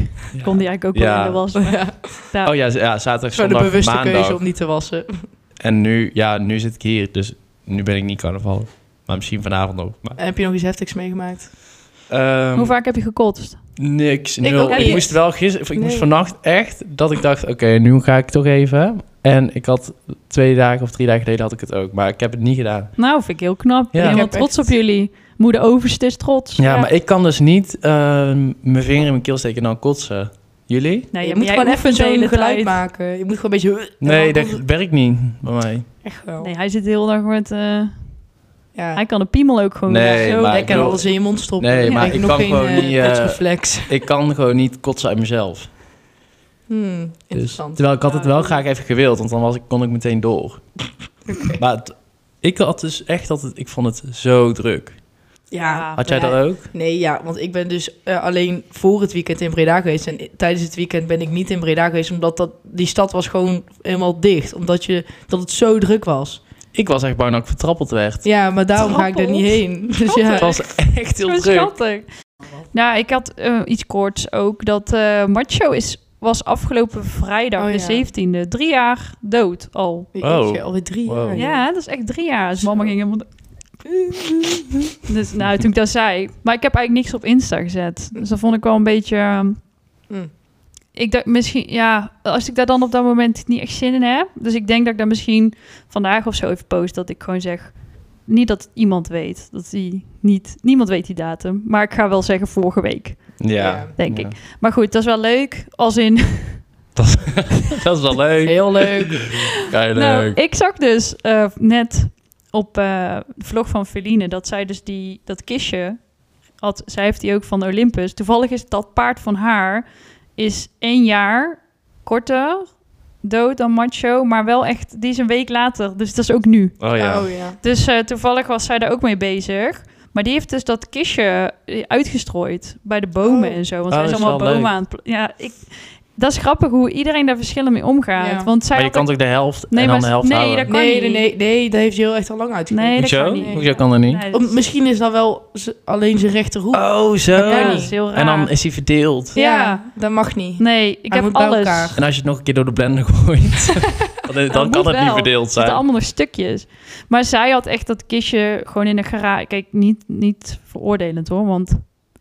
kon die eigenlijk ook wel
Ja.
in de was.
Oh ja, z- ja zaterdag,
Zo'n
zondag,
bewuste
maandag.
keuze om niet te wassen.
En nu, ja, nu zit ik hier, dus nu ben ik niet carnaval. Maar misschien vanavond ook. Maar,
Heb je nog iets heftigs meegemaakt?
Ehm,
Hoe vaak heb je gekotst?
Niks,
Ik
nul.
ook
Ik,
niet.
moest wel gisteren, ik
Nee.
moest vannacht echt, dat ik dacht, oké, nu ga ik toch even. En ik had twee dagen of drie dagen geleden had ik het ook, maar ik heb het niet gedaan.
Nou, vind ik heel knap.
Ja.
Ik ben
Ik
wel
heb
trots
echt-
op jullie. Moeder Overste is trots.
Ja, maar ik kan dus niet ehm, mijn vinger in mijn keel steken en dan kotsen. Jullie?
Nou,
je
maar
moet
jij
gewoon even
oefent de hele
zo'n geluid
tijd.
maken. Je moet gewoon een beetje...
Nee,
en dan
dat
komt het
werkt niet bij mij.
Echt wel.
Nee, hij zit de hele dag met... eh,
ja.
Hij kan de piemel ook gewoon
Nee,
weer zo.
maar-
Jij
ik
kan
bedoel-
alles in je mond stoppen.
Nee,
Dan
maar
heb je
ik
nog
kan
geen,
gewoon
eh,
niet, eh,
kotsreflex.
Ik kan gewoon niet kotsen uit mezelf.
Hmm,
Dus,
interessant.
terwijl ik had het
Ja,
wel
ik-
graag even gewild, want dan was ik, kon ik meteen door. Maar het- ik had dus echt dat het, ik vond het zo druk.
ja.
Had jij
maar ja,
dat ook?
Nee, ja, want ik ben dus eh, alleen voor het weekend in Breda geweest. En i- tijdens het weekend ben ik niet in Breda geweest, omdat dat, die stad was gewoon helemaal dicht. Omdat je, dat het zo druk was.
Ik was echt bang dat ik vertrappeld werd.
Ja, maar daarom ga ik er
Trappeld.
niet heen. *laughs* Dus
Het
ja.
Trappeld.
was echt heel
Wat
druk.
schattig. Nou, ik had eh, iets koorts ook. Dat eh Macho is, was afgelopen vrijdag,
Oh, ja.
de 17e, drie jaar dood al.
Oh.
Jeetje, Alweer drie
Wow.
jaar.
Ja, dat is echt drie jaar. Dus
Zo.
mama ging helemaal... *laughs* Dus nou, toen ik dat zei... Maar ik heb eigenlijk niks op Insta gezet. Dus dat vond ik wel een beetje... ehm,
Mm.
ik dacht misschien, ja, als ik daar dan op dat moment niet echt zin in heb. Dus ik denk dat ik daar misschien vandaag of zo even post dat ik gewoon zeg. Niet dat iemand weet, dat die niet, niemand weet die datum. Maar ik ga wel zeggen vorige week.
Ja.
Denk
Ja.
Maar goed, dat is wel leuk. Als in,
Dat is wel leuk.
Heel leuk.
Kei
nou,
leuk.
ik zag dus eh, net op eh, de vlog van Feline dat zij dus die, dat kistje had. Zij heeft die ook van Olympus. Toevallig is dat paard van haar is één jaar korter dood dan Macho, maar wel echt, die is een week later. Dus dat is ook nu.
Oh ja.
Oh ja.
Dus eh, toevallig was zij daar ook mee bezig. Maar die heeft dus dat kistje eh, uitgestrooid bij de bomen
Oh.
en zo. Want
Oh,
hij is
dat is
allemaal
wel
bomen
leuk.
aan het... pla- Ja, ik, dat is grappig hoe iedereen daar verschillen mee omgaat.
Ja.
Want zij
Maar je
had
kan ook de helft
Nee,
en
maar
dan de
s-
helft
nee,
houden.
dat kan
Nee,
niet.
nee, nee, nee, dat heeft Joe echt al lang uitgekomen.
Nee, dat
Hoezo?
kan niet.
Hoezo kan dat niet?
Nee, dat
Om-
is-
Misschien is dat wel z- alleen zijn rechterhoek.
Oh, zo.
Dat
ja,
kan
dat
niet.
is heel raar.
En dan is hij verdeeld.
Ja.
dat mag niet.
Nee, ik
Hij
heb
moet bij
alles.
elkaar.
En als je het nog een keer door de blender
*laughs*
gooit, dan, dan
Dat moet
kan het niet
wel.
verdeeld
Het
zijn.
zijn allemaal nog stukjes. Maar zij had echt dat kistje gewoon in de garage. Kijk, niet, niet veroordelend hoor, want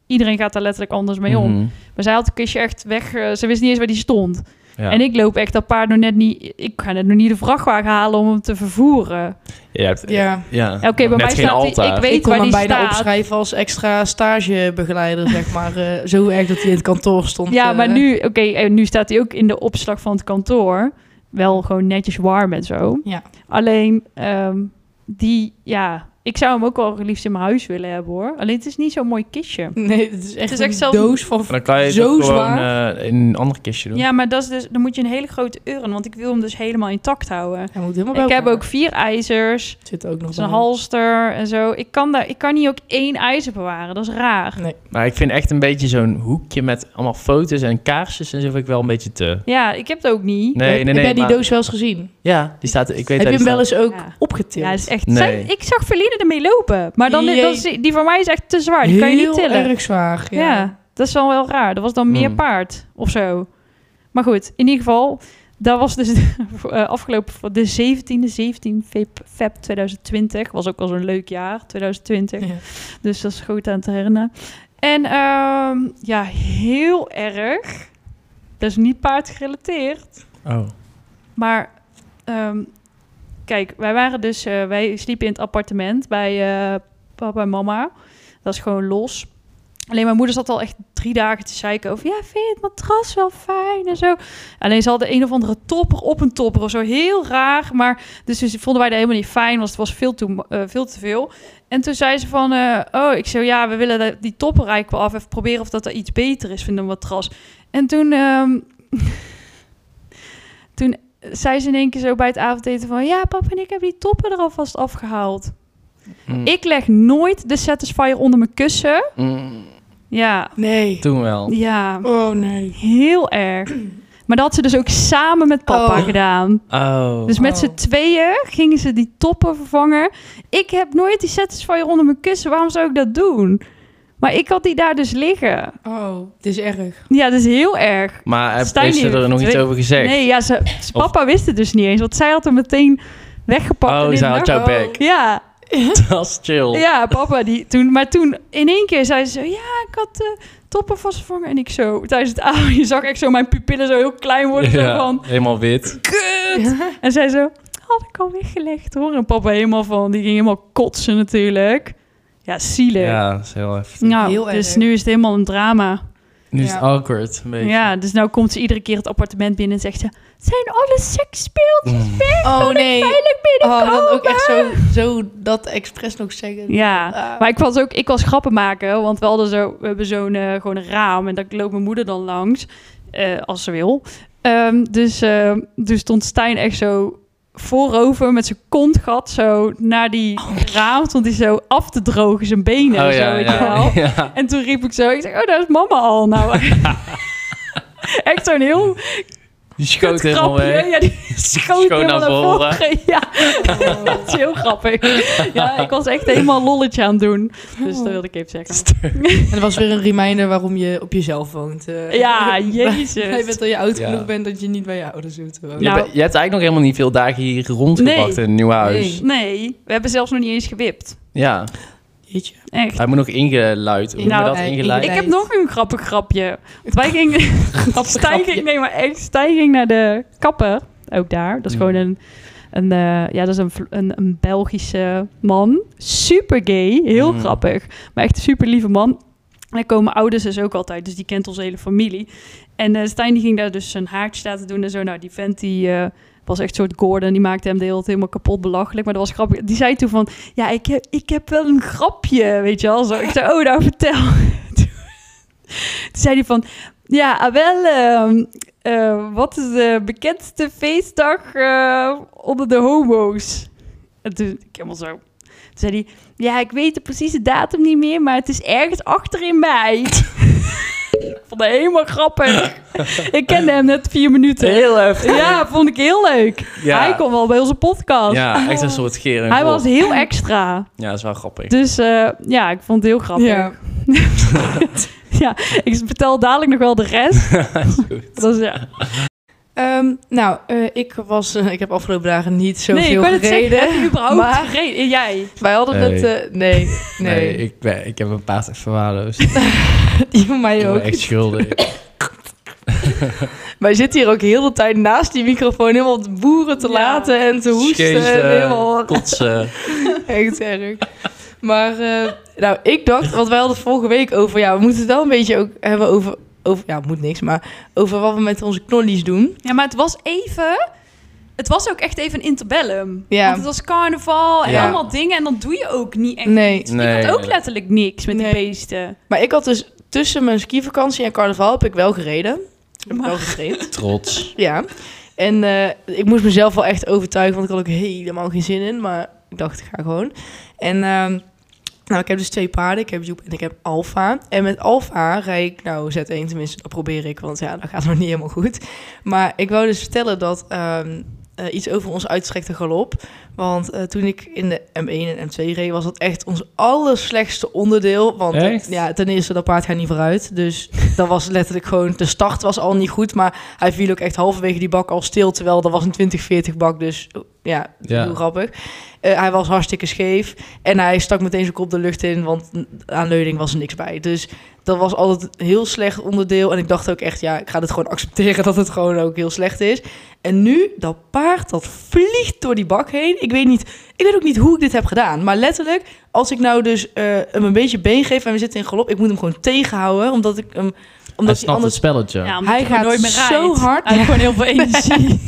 iedereen gaat daar letterlijk anders mee om.
Mhm.
Maar zij had het kistje echt weg. eh, ze wist niet eens waar die stond.
Ja.
En ik loop echt dat paard nog net niet... Ik ga net nog niet de vrachtwagen halen om hem te vervoeren.
Je hebt, ja.
Ja.
Ja, Oké, bij
Net
mij
geen
staat die,
altaar.
Ik
Ik
weet
kon
waar
hem
die
bijna
staat.
opschrijven als extra stagebegeleider, zeg maar. eh, zo erg dat hij in het kantoor stond.
Ja,
eh.
maar nu, oké, eh, nu staat hij ook in de opslag van het kantoor. Wel gewoon netjes warm en zo.
Ja.
Alleen ehm, die, ja, ik zou hem ook wel het liefst in mijn huis willen hebben hoor. Alleen het is niet zo'n mooi kistje.
Nee, het is echt,
is
een
echt zelf-
doos van...
En dan kan je het
Zo
ook gewoon
zwaar.
eh, in een ander kistje doen.
Ja, maar dat is dus, dan moet je een hele grote urn, want ik wil hem dus helemaal intact houden.
Hij moet helemaal bij
Ik heb
elkaar.
ook vier ijzers,
Zit ook nog
dus een
bij.
halster en zo. Ik kan, daar, ik kan niet ook één ijzer bewaren, dat is raar.
Maar ik vind echt een beetje zo'n hoekje met allemaal foto's en kaarsjes en zo vind ik wel een beetje te...
Ja, ik heb het ook niet.
Nee, nee,
heb
nee.
jij die
maar-
doos wel eens gezien?
Ja, die staat... Ik weet
heb
waar
je hem
die
wel eens ook
Ja.
opgetild?
Ja, dat is echt.
Nee.
zij- ik zag Verline ermee lopen. Maar dan,
Jee.
dan is- die van mij is echt te zwaar. Die kan je niet
Heel
tillen.
erg zwaar.
ja. dat is wel wel raar. Dat was dan meer
Hmm.
paard of zo. Maar goed, in ieder geval. Dat was dus *laughs* eh, afgelopen voor de 17e, 17 feb, feb 2020. Was ook al zo'n leuk jaar, 2020.
Ja.
Dus dat is goed aan te herinneren. En ehm, ja, heel erg. Dat is niet paard gerelateerd.
staat. Oh.
Maar ehm, kijk, wij waren dus, eh, wij sliepen in het appartement bij eh, papa en mama. Dat is gewoon los. Alleen mijn moeder zat al echt drie dagen te zeiken over... ja, vind je het matras wel fijn en zo. Alleen ze hadden een of andere topper op een topper of zo. Heel raar, maar... dus, dus vonden wij dat helemaal niet fijn, want het was veel, toe, eh, veel te veel. En toen zei ze van... eh, oh, ik zei, ja, we willen dat- die topper eigenlijk wel af... even proberen of dat er iets beter is, vinden een matras. En toen... ehm, toen zei ze in één keer zo bij het avondeten van... ja, papa en ik hebben die toppen er alvast afgehaald.
Mm.
Ik leg nooit de Satisfyer onder mijn kussen.
Mm.
Ja,
Nee.
Toen wel.
ja,
Oh nee.
heel erg. Maar dat had ze dus ook samen met papa
Oh.
gedaan.
Oh.
Dus met
Oh.
z'n tweeën gingen ze die toppen vervangen. Ik heb nooit die Satisfyer onder mijn kussen. Waarom zou ik dat doen? Maar ik had die daar dus liggen.
Oh, het is erg.
Ja, dat is heel erg.
maar heb,
Stijn
heeft ze
heeft
er nog iets
twee-
over gezegd?
Nee, ja, ze, ze- papa wist het dus niet eens. Want zij had hem meteen weggepakt. en in
Oh,
de
ze had
nacht-
jouw
Oh.
bek. *laughs*
Ja,
Dat is chill.
Ja, papa. Die, toen, maar toen in één keer zei ze... Ja, ik had de toppen vastgevangen. En ik zo tijdens het avond... Je *laughs* zag echt zo mijn pupillen zo heel klein worden. Zo
Ja,
van...
helemaal wit.
Kut! En zij zo... Had ik al weggelegd hoor. En papa helemaal van... Die ging helemaal kotsen natuurlijk. Ja, zielig.
Ja, dat is heel heftig.
Nou,
Heel
dus
erg.
nu is het helemaal een drama.
Nu is het
Ja.
awkward, een beetje.
Ja, dus nou komt ze iedere keer het appartement binnen en zegt ze... Zijn alle
Mm.
seksspeeltjes weg?
Oh nee.
Veilig binnenkomen?
Oh, dan ook echt zo, zo dat expres nog zeggen.
Ja,
Ah.
maar ik was ook, ik was grappen maken, want we hadden zo, we hebben zo'n eh, gewoon een raam en daar loopt mijn moeder dan langs, eh, als ze wil. Ehm, dus eh, dus stond Stijn echt zo voorover met zijn kontgat zo naar die raam, stond hij zo af te drogen zijn benen en
Oh
zo,
ja,
weet je
ja.
wel.
*laughs* ja.
En toen riep ik zo, ik zeg, oh daar is mama al
*laughs*
nou. echt zo'n heel
Die schoot
kut
helemaal
grapje.
weg.
Ja, die *laughs* schoot
Schoon
helemaal
naar
naar
voren.
voren. Ja. *laughs* Dat is heel grappig. Ja, ik was echt helemaal lolletje aan het doen. Dus dat wilde ik even zeggen.
En dat was weer een reminder waarom je op jezelf woont. eh. *laughs*
Ja,
Jij
jezus.
bent dat je oud
Ja.
genoeg bent dat je niet bij je ouders hoeft te wonen.
Je,
Nou.
hebt, je hebt eigenlijk nog helemaal niet veel dagen hier rondgebracht
Nee.
in een nieuw huis.
Nee.
Nee, we hebben zelfs nog niet eens gewipt.
Ja.
Jeetje.
Echt.
Hij moet nog ingeluid. Hoe
Nou,
noem je
eh,
dat? Ingeleid?
Ik heb nog een grappig grapje. Want Wij *laughs* gingen stijging, nee, maar echt stijging naar de kapper. Ook daar. Dat is
Mm.
gewoon een, een, eh, ja, dat is een, Vl- een, een Belgische man. Super gay. Heel
Mm.
grappig. Maar echt een super lieve man. En daar komen ouders dus ook altijd. Dus die kent onze hele familie. En eh, Stijn die ging daar dus zijn haartje laten doen en zo. Nou, die vent die... eh, was echt een soort Gordon, die maakte hem de hele tijd helemaal kapot belachelijk. Maar dat was grappig. Die zei toen van, ja, ik heb, ik heb wel een grapje, weet je wel. Zo, ik zei, oh, nou, vertel. *laughs* Toen zei hij van, ja, ah, wel, ehm, eh, wat is de bekendste feestdag eh, onder de homo's? En toen, ik helemaal zo. Toen zei hij, ja, ik weet de precieze datum niet meer, maar het is ergens achter in mei. *laughs* Ik vond dat helemaal
*laughs*
grappig. Ik kende hem net vier minuten.
Heel heftig.
Ja, vond ik heel leuk.
Ja.
Hij kwam wel bij onze podcast.
Ja, echt een soort geren.
Hij was heel extra.
Ja, dat is wel grappig.
Dus eh, ja, ik vond het heel grappig. Ja.
Ja.
Ik vertel dadelijk nog wel de
*laughs*
rest.
Is goed.
*laughs* Dat is, ja.
Ehm, nou, eh, ik, was, *laughs* eh, ik heb afgelopen dagen niet
nee, *laughs* ik
zoveel
kan het
gereden.
zeggen. Heb je überhaupt
maar-
gereden? En jij?
Wij hadden
Nee.
het... eh,
*laughs*
nee,
Nee,
nee. *laughs*
ik, ben, ik heb een paard echt verwaarloosd. Ik
Die van mij
ben
ook.
echt schuldig.
Wij zitten hier ook heel de tijd naast die microfoon helemaal te boeren te
Ja.
laten en te hoesten.
Schezen,
eh,
en helemaal
kotsen.
*laughs* echt erg. Maar eh, nou, ik dacht, want wij hadden vorige week over, ja, we moeten het wel een beetje ook hebben over, over ja, het moet niks, maar over wat we met onze knollies doen.
Ja, maar het was even... Het was ook echt even een interbellum.
Ja.
Want het was carnaval en
Ja.
allemaal dingen. En dan doe je ook niet echt
Nee.
iets.
Nee,
ik had ook
nee.
letterlijk niks met
Nee.
die beesten.
Maar ik had dus tussen mijn skivakantie en carnaval heb ik wel gereden. Heb ik
Maar-
wel getraind.
Trots.
Ja. En eh, ik moest mezelf wel echt overtuigen, want ik had ook helemaal geen zin in. Maar ik dacht, ik ga gewoon. En ehm, nou, ik heb dus twee paarden. Ik heb Joep en ik heb Alfa. En met Alfa rijd ik, nou Z1 tenminste, dat probeer ik. Want ja, dat gaat nog niet helemaal goed. Maar ik wou dus vertellen dat... ehm, eh, iets over ons uitstrekte galop. Want eh, toen ik in de M1 en M2 reed, was dat echt ons allerslechtste onderdeel. Want eh,
Echt?
ja, ten eerste, dat paard gaat niet vooruit. Dus dat was letterlijk gewoon... De start was al niet goed, maar hij viel ook echt halverwege die bak al stil. Terwijl dat was een 2040 bak, dus ja,
Ja.
heel grappig. Eh, hij was hartstikke scheef en hij stak meteen zijn kop de lucht in, want aan leiding was er niks bij. Dus dat was altijd een heel slecht onderdeel. En ik dacht ook echt, ja, ik ga dit gewoon accepteren dat het gewoon ook heel slecht is. En nu, dat paard, dat vliegt door die bak heen. Ik weet, niet, ik weet ook niet hoe ik dit heb gedaan. Maar letterlijk, als ik nou dus eh, hem een beetje been geef en we zitten in galop... ik moet hem gewoon tegenhouden, omdat ik hem...
Hij
Omdat hij
snapt het
anders...
spelletje.
Ja, omdat
Hij
je gewoon
gaat
nooit meer
zo
rijdt.
hard.
Hij heeft gewoon heel veel *laughs* energie.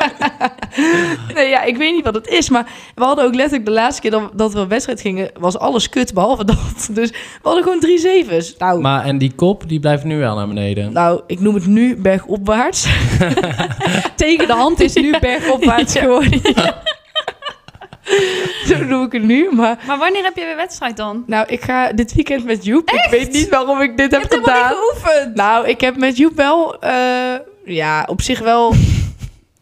*laughs* Nee, ja, ik weet niet wat het is, maar we hadden ook letterlijk de laatste keer dat, dat we op wedstrijd gingen... was alles kut, behalve dat. *laughs* Dus we hadden gewoon drie zevens. Nou,
Maar en die kop, die blijft nu wel naar beneden.
nou ik noem het nu bergopwaarts. *laughs*
Tegen de hand is *laughs* nu bergopwaarts geworden.
Zo noem ik het nu, maar...
*laughs* Maar wanneer heb je weer wedstrijd dan?
Nou, ik ga dit weekend met Joep. Ik weet niet waarom ik dit heb
Je hebt helemaal
gedaan.
niet geoefend.
Nou, ik heb met Joep wel, eh, ja, op zich
*laughs*
wel.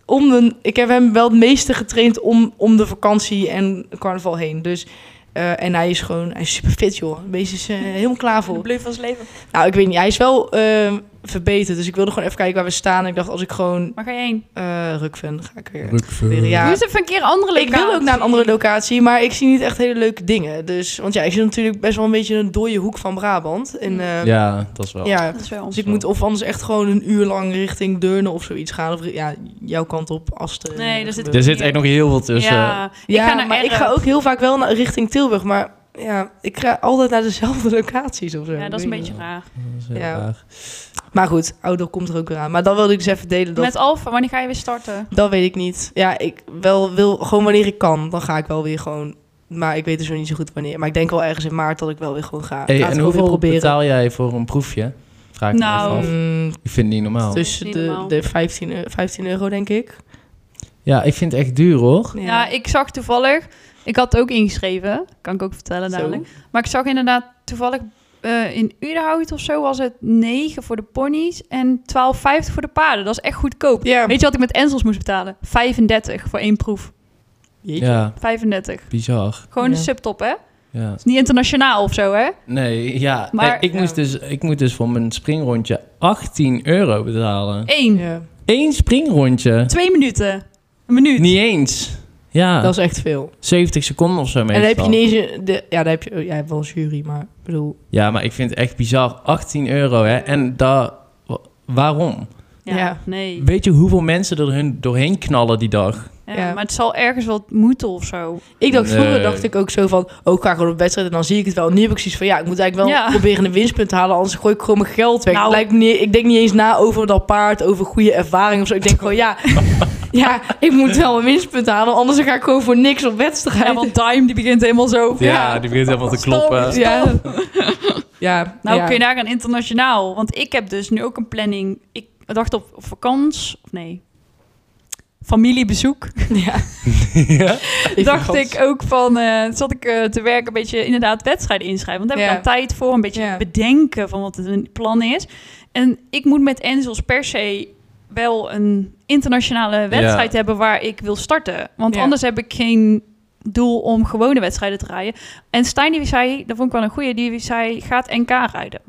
om de, ik heb hem wel het meeste getraind om, om de vakantie en carnaval heen. Dus, eh, en hij is gewoon, hij is super fit, joh. De beest is eh, helemaal
*laughs*
klaar voor.
bluff van zijn leven.
Nou, ik weet niet, hij is wel eh, verbeterd. Dus ik wilde gewoon even kijken waar we staan. En ik dacht, als ik gewoon
Maar ga je heen?
eh rukven, ga ik weer.
Rukveur.
Ja.
Doe eens even een keer een andere
Ik
locatie.
wil ook naar een andere locatie, maar ik zie niet echt hele leuke dingen. Dus, want ja, ik zit natuurlijk best wel een beetje in een dode hoek van Brabant. En, eh,
Ja, dat is wel.
ja,
Dat is wel ons.
Dus ik moet of anders echt gewoon een uur lang richting Deurne of zoiets gaan. Of ri- ja, jouw kant op, Asten.
Nee, daar zit-
Er zit echt nog heel veel
Dus,
tussen.
ja, ik
ja,
ga naar
maar ik
Erp.
ga ook heel vaak wel naar, richting Tilburg. Maar ja, ik ga altijd naar dezelfde *laughs* locaties of zo.
Ja, dat is
Ik
een
weet
beetje raar.
Dat is heel
Ja.
raar.
niet. Maar goed, ouder komt er ook weer aan. Maar dan wilde ik dus even delen. Dat,
Met Alfa, wanneer ga je weer starten?
dat weet ik niet. Ja, ik wel wil gewoon wanneer ik kan, dan ga ik wel weer gewoon. Maar ik weet dus nog niet zo goed wanneer. Maar ik denk wel ergens in maart dat ik wel weer gewoon ga. Laten
Hey,
we
en
gewoon weer
hoeveel betaal jij voor een proefje? Vraag ik me
Nou.
even af.
Mm,
Ik vind het niet normaal.
tussen
Niet
de,
normaal.
de 15, eu- 15 euro, denk ik.
Ja, ik vind het echt duur hoor.
Ja. ik zag toevallig... Ik had ook ingeschreven. Kan ik ook vertellen
Zo.
dadelijk. Maar ik zag inderdaad toevallig... eh, in Udenhout of zo was het 9 voor de ponies en 12,50 voor de paarden. Dat is echt goedkoop.
Ja.
Weet je wat ik met Enzels moest betalen? 35 voor één proef.
Jeetje.
Ja,
35.
bizar.
Gewoon
Ja.
de subtop, hè?
Ja.
Is niet internationaal of zo, hè?
Nee, ja.
Maar-
Hey, ik,
Ja.
moest dus, ik moet dus voor mijn springrondje 18 euro betalen.
Eén.
Ja.
Eén springrondje.
Twee minuten. Een minuut.
Niet eens. Ja,
Dat is echt veel.
70 seconden of zo
En
Ah. meestal.
dan heb je niet eens... een- De, ja, dan heb je, oh, ja, je hebt wel een jury, maar ik bedoel...
Ja, maar ik vind het echt bizar. 18 euro, hè. En daar... wa- Waarom?
Ja,
Ja.
nee.
Weet je hoeveel mensen er hun doorheen knallen die dag?
Ja,
Ja.
Maar het zal ergens wel moeten of zo.
Ik dacht, vroeger
Nee.
dacht ik ook zo van... Oh, ik ga gewoon op wedstrijd en dan zie ik het wel. En nu heb ik zoiets van... Ja, ik moet eigenlijk wel
Ja.
proberen een winstpunt te halen. Anders gooi ik gewoon mijn geld weg.
Nou.
Het Lijkt me niet, ik denk niet eens na over dat paard, over goede ervaring of zo. Ik denk gewoon,
*laughs*
ja... ja, ik moet wel een winstpunt halen. Anders ga ik gewoon voor niks op wedstrijd.
Ja, want Dime die begint helemaal zo.
die begint helemaal te
kloppen.
Ja. ja.
Nou
ja.
kun je daar gaan internationaal. Want ik heb dus nu ook een planning. Ik dacht op vakantie. Of nee.
*laughs*
Familiebezoek.
*laughs* Ja. Even
dacht
gans.
ik ook van, eh, toen zat ik eh, te werken, een beetje inderdaad wedstrijden inschrijven. Want daar heb ik
Ja.
dan tijd voor, een beetje
Ja.
bedenken van wat het een plan is. En ik moet met Enzels per se wel een internationale wedstrijd hebben waar ik wil starten. Want
Ja.
anders heb ik geen doel om gewone wedstrijden te rijden. En Stijn die zei, dat vond ik wel een goeie, die zei gaat NK rijden.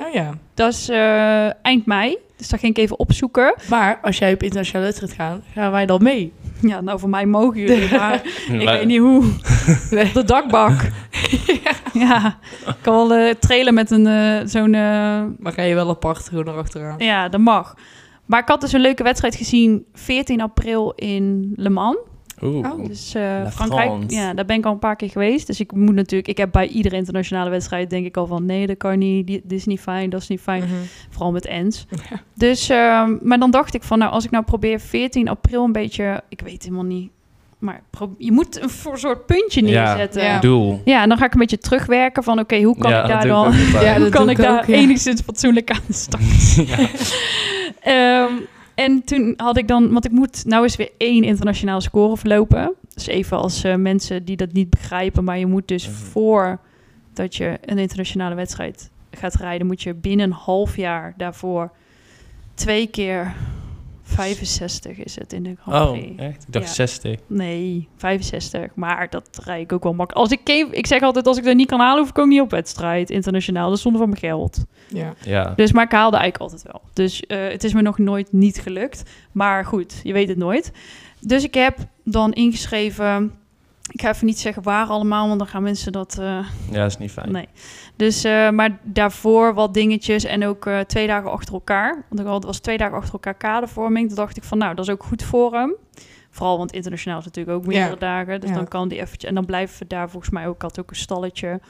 Oh ja.
Dat is eh, eind mei, dus dat ging ik even opzoeken. *laughs*
Maar als jij op internationale wedstrijd gaat, gaan wij dan mee.
Ja, nou voor mij mogen
*laughs*
jullie, maar ik
Maar-
weet niet hoe. *laughs*
Nee.
Op de dakbak. ja. Ik kan wel eh, trailen met een eh, zo'n... eh,
Maar ga je wel apart gewoon erachteraan.
ja, dat mag. Maar ik had dus een leuke wedstrijd gezien 14 april in Le Mans.
Oeh.
Oh.
Dus eh,
La
Frankrijk,
France.
ja, daar ben ik al een paar keer geweest. Dus ik moet natuurlijk... Ik heb bij iedere internationale wedstrijd denk ik al van... Nee, dat kan niet. die- Dit is niet fijn, dat is niet fijn.
Mhm.
Vooral met Ens. Dus, ehm, maar dan dacht ik van, nou, als ik nou probeer 14 april een beetje, ik weet helemaal niet, maar pro- je moet een voor- soort puntje
Ja.
neerzetten.
Ja.
Ja.
Doel.
en dan ga ik een beetje terugwerken van, oké, hoe kan
ja,
ik daar
dat doe
dan,
ook altijd.
Ja,
hoe
dat
kan
doe
ik
ik
daar
ook, ja.
enigszins fatsoenlijk
*laughs*
aan starten? Ehm, en toen had ik dan, want ik moet nou eens weer één internationaal score verlopen. Dus even als eh, mensen die dat niet begrijpen, maar je moet dus
Mhm.
voor dat je een internationale wedstrijd gaat rijden, moet je binnen een half jaar daarvoor twee keer 65 is het in de Grand
Oh,
Prix.
echt? Ik dacht
Ja.
60.
Nee, 65. Maar dat rijd ik ook wel makkelijk. Als ik, geen- ik zeg altijd, als ik dat niet kan halen, hoef ik ook niet op wedstrijd internationaal. Dat is zonde van mijn geld.
Ja.
Ja.
Dus, maar ik haalde eigenlijk altijd wel. Dus eh, het is me nog nooit niet gelukt. Maar goed, je weet het nooit. Dus ik heb dan ingeschreven... Ik ga even niet zeggen waar allemaal, want dan gaan mensen dat... eh,
Ja, is niet fijn.
Nee. Dus, eh, maar daarvoor wat dingetjes en ook eh, twee dagen achter elkaar. Want ik had, was twee dagen achter elkaar kadervorming. Toen dacht ik van, nou, dat is ook goed voor hem. Vooral, want internationaal is natuurlijk ook meerdere
Ja.
dagen. Dus
Ja.
dan kan die eventjes... En dan blijven we daar volgens mij ook... Ik had ook een stalletje.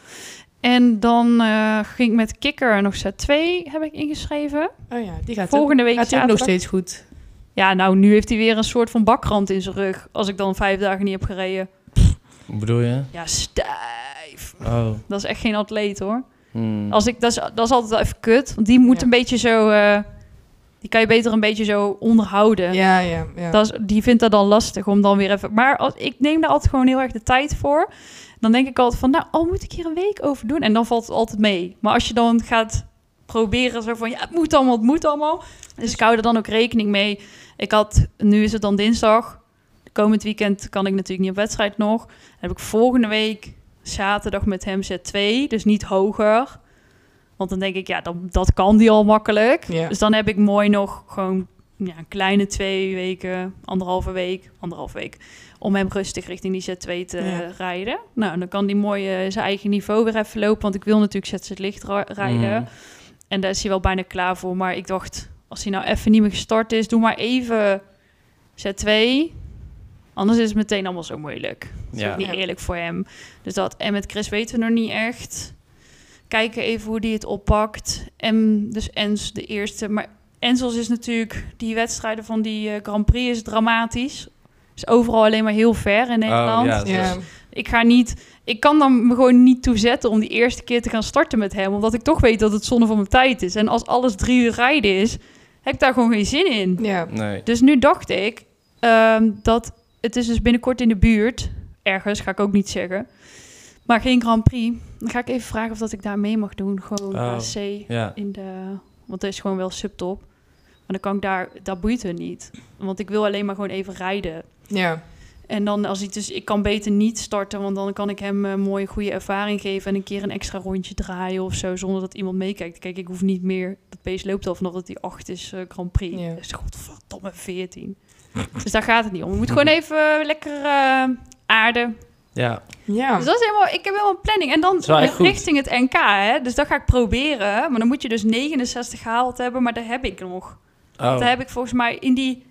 En dan eh, ging ik met Kikker nog set 2 heb ik ingeschreven.
Oh ja, die gaat
Volgende
ook,
week
gaat die ook
zaterdag.
nog steeds goed.
Ja, nou, nu heeft hij weer een soort van bakrand in zijn rug. Als ik dan vijf dagen niet heb gereden.
Wat bedoel je?
Ja, stijf.
Oh.
Dat is echt geen atleet, hoor.
Mm.
Hmm.
Als ik, dat, is, dat is altijd wel even kut. Want die moet
Ja.
een beetje zo... eh, die kan je beter een beetje zo onderhouden.
Ja, ja, ja.
Dat is, die vindt dat dan lastig om dan weer even... Maar als, ik neem daar altijd gewoon heel erg de tijd voor. Dan denk ik altijd van... Nou, al moet ik hier een week over doen. En dan valt het altijd mee. Maar als je dan gaat proberen zo van... Ja, het moet allemaal, het moet allemaal. Dus ik hou er dan ook rekening mee. Ik had... Nu is het dan dinsdag. Komend weekend kan ik natuurlijk niet op wedstrijd nog. Dan heb ik volgende week zaterdag met hem set 2. Dus niet hoger. Want dan denk ik, ja, dan, dat kan die al makkelijk.
Ja.
Dus dan heb ik mooi nog gewoon ja, een kleine twee weken, anderhalve week, anderhalve week. Om hem rustig richting die Z2 te
Ja.
eh, rijden. Nou, en dan kan hij mooi eh, zijn eigen niveau weer even lopen. Want ik wil natuurlijk ZZ licht ra- rijden.
Mm.
En daar is hij wel bijna klaar voor. Maar ik dacht, als hij nou even niet meer gestart is, doe maar even Z2. Anders is het meteen allemaal zo moeilijk. Dat is
Ja.
ook niet
Ja.
eerlijk voor hem. Dus dat. En met Chris weten we nog niet echt. Kijken even hoe die het oppakt. En dus Ens de eerste. Maar Enzels is natuurlijk... Die wedstrijden van die eh, Grand Prix is dramatisch. Is overal alleen maar heel ver in Nederland.
Oh, ja.
ja.
Ik ga niet... Ik kan dan me gewoon niet toezetten om die eerste keer te gaan starten met hem. Omdat ik toch weet dat het zonde van mijn tijd is. En als alles drie uur rijden is, heb ik daar gewoon geen zin in.
ja.
Nee.
Dus nu dacht ik ehm, dat het is dus binnenkort in de buurt. Ergens, ga ik ook niet zeggen. Maar geen Grand Prix. Dan ga ik even vragen of dat ik daar mee mag doen. Gewoon
Oh.
AC
Ja.
in de... Want dat is gewoon wel subtop. Maar dan kan ik daar... Dat boeit hun niet. Want ik wil alleen maar gewoon even rijden.
Ja.
En dan als ik dus... Ik kan beter niet starten. Want dan kan ik hem een mooie goede ervaring geven. En een keer een extra rondje draaien of zo. Zonder dat iemand meekijkt. Kijk, ik hoef niet meer... Dat pace loopt al vanaf dat die 8 is eh, Grand Prix.
Ja.
Dat is godverdomme 14. *laughs* Dus daar gaat het niet om. Je moet gewoon even lekker eh aarden.
Ja,
Ja.
Dus dat is helemaal, ik heb helemaal een planning. En dan
is wel echt goed.
richting het NK, hè. Dus dat ga ik proberen. Maar dan moet je dus 69 gehaald hebben, maar dat heb ik nog.
oh.
Dat heb ik volgens mij in die,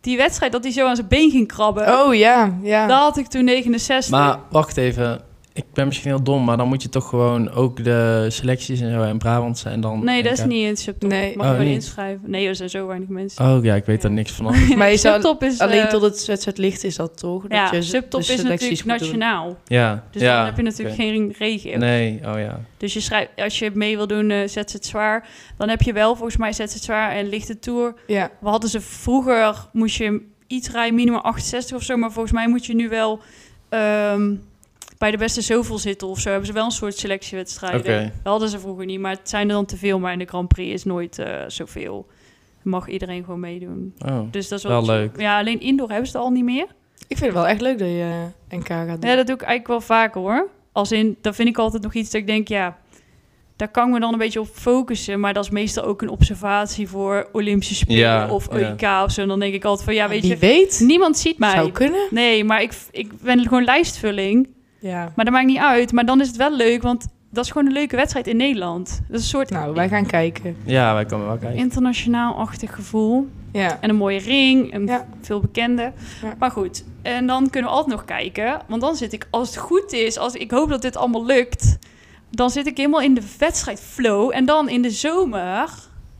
die wedstrijd, dat hij zo aan zijn been ging krabben.
Oh ja, ja.
Daar had ik toen 69.
Maar wacht even, ik ben misschien heel dom, maar dan moet je toch gewoon ook de selecties en zo in Brabant zijn dan.
nee, dat
NK.
is niet in subtop.
Oh, Nee.
Mag
Oh,
ik gewoon
niet.
inschrijven? Nee, er zijn zo weinig mensen.
Oh ja, ik weet daar
*laughs*
niks van.
Oh. Maar je zou
subtop is... eh,
Alleen tot het wedstrijd licht is dat toch? Dat
ja,
je z-
subtop
de
is
selecties
natuurlijk
moet doen.
nationaal.
Ja,
Dus
ja.
dan heb je natuurlijk geen regio.
Nee, oh ja.
Dus je schrijft, als je mee wil doen, eh, zet het zwaar. Dan heb je wel volgens mij zet het zwaar en lichte tour.
Ja.
We hadden ze vroeger, moest je iets rijden, minimaal 68 of zo. Maar volgens mij moet je nu wel ehm, bij de beste zoveel zitten of zo. Hebben ze wel een soort selectiewedstrijden.
Oké.
Dat hadden ze vroeger niet, maar het zijn er dan te veel. Maar in de Grand Prix is nooit eh, zoveel. Mag iedereen gewoon meedoen.
Oh.
Dus dat is
Wel
wel, chill.
leuk.
Ja, alleen indoor hebben ze het al niet meer.
Ik vind het wel echt leuk dat je eh, NK gaat doen.
Ja, dat doe ik eigenlijk wel vaker hoor. Als in, dat vind ik altijd nog iets dat ik denk, ja, daar kan ik me dan een beetje op focussen. Maar dat is meestal ook een observatie voor Olympische Spelen
Ja,
of
ja.
EK of zo. En dan denk ik altijd van, ja, weet
Wie
je,
weet.
niemand ziet mij.
Zou kunnen.
Nee, maar ik, ik ben gewoon lijstvulling.
Ja.
Maar dat maakt niet uit. Maar dan is het wel leuk, want dat is gewoon een leuke wedstrijd in Nederland. Dat is een soort
Nou, wij gaan kijken.
Ja, wij komen wel kijken.
internationaal-achtig gevoel.
Ja.
En een mooie ring, en
Ja.
veel bekende.
Ja.
Maar goed, en dan kunnen we altijd nog kijken. Want dan zit ik, als het goed is, als ik hoop dat dit allemaal lukt... dan zit ik helemaal in de wedstrijdflow. En dan in de zomer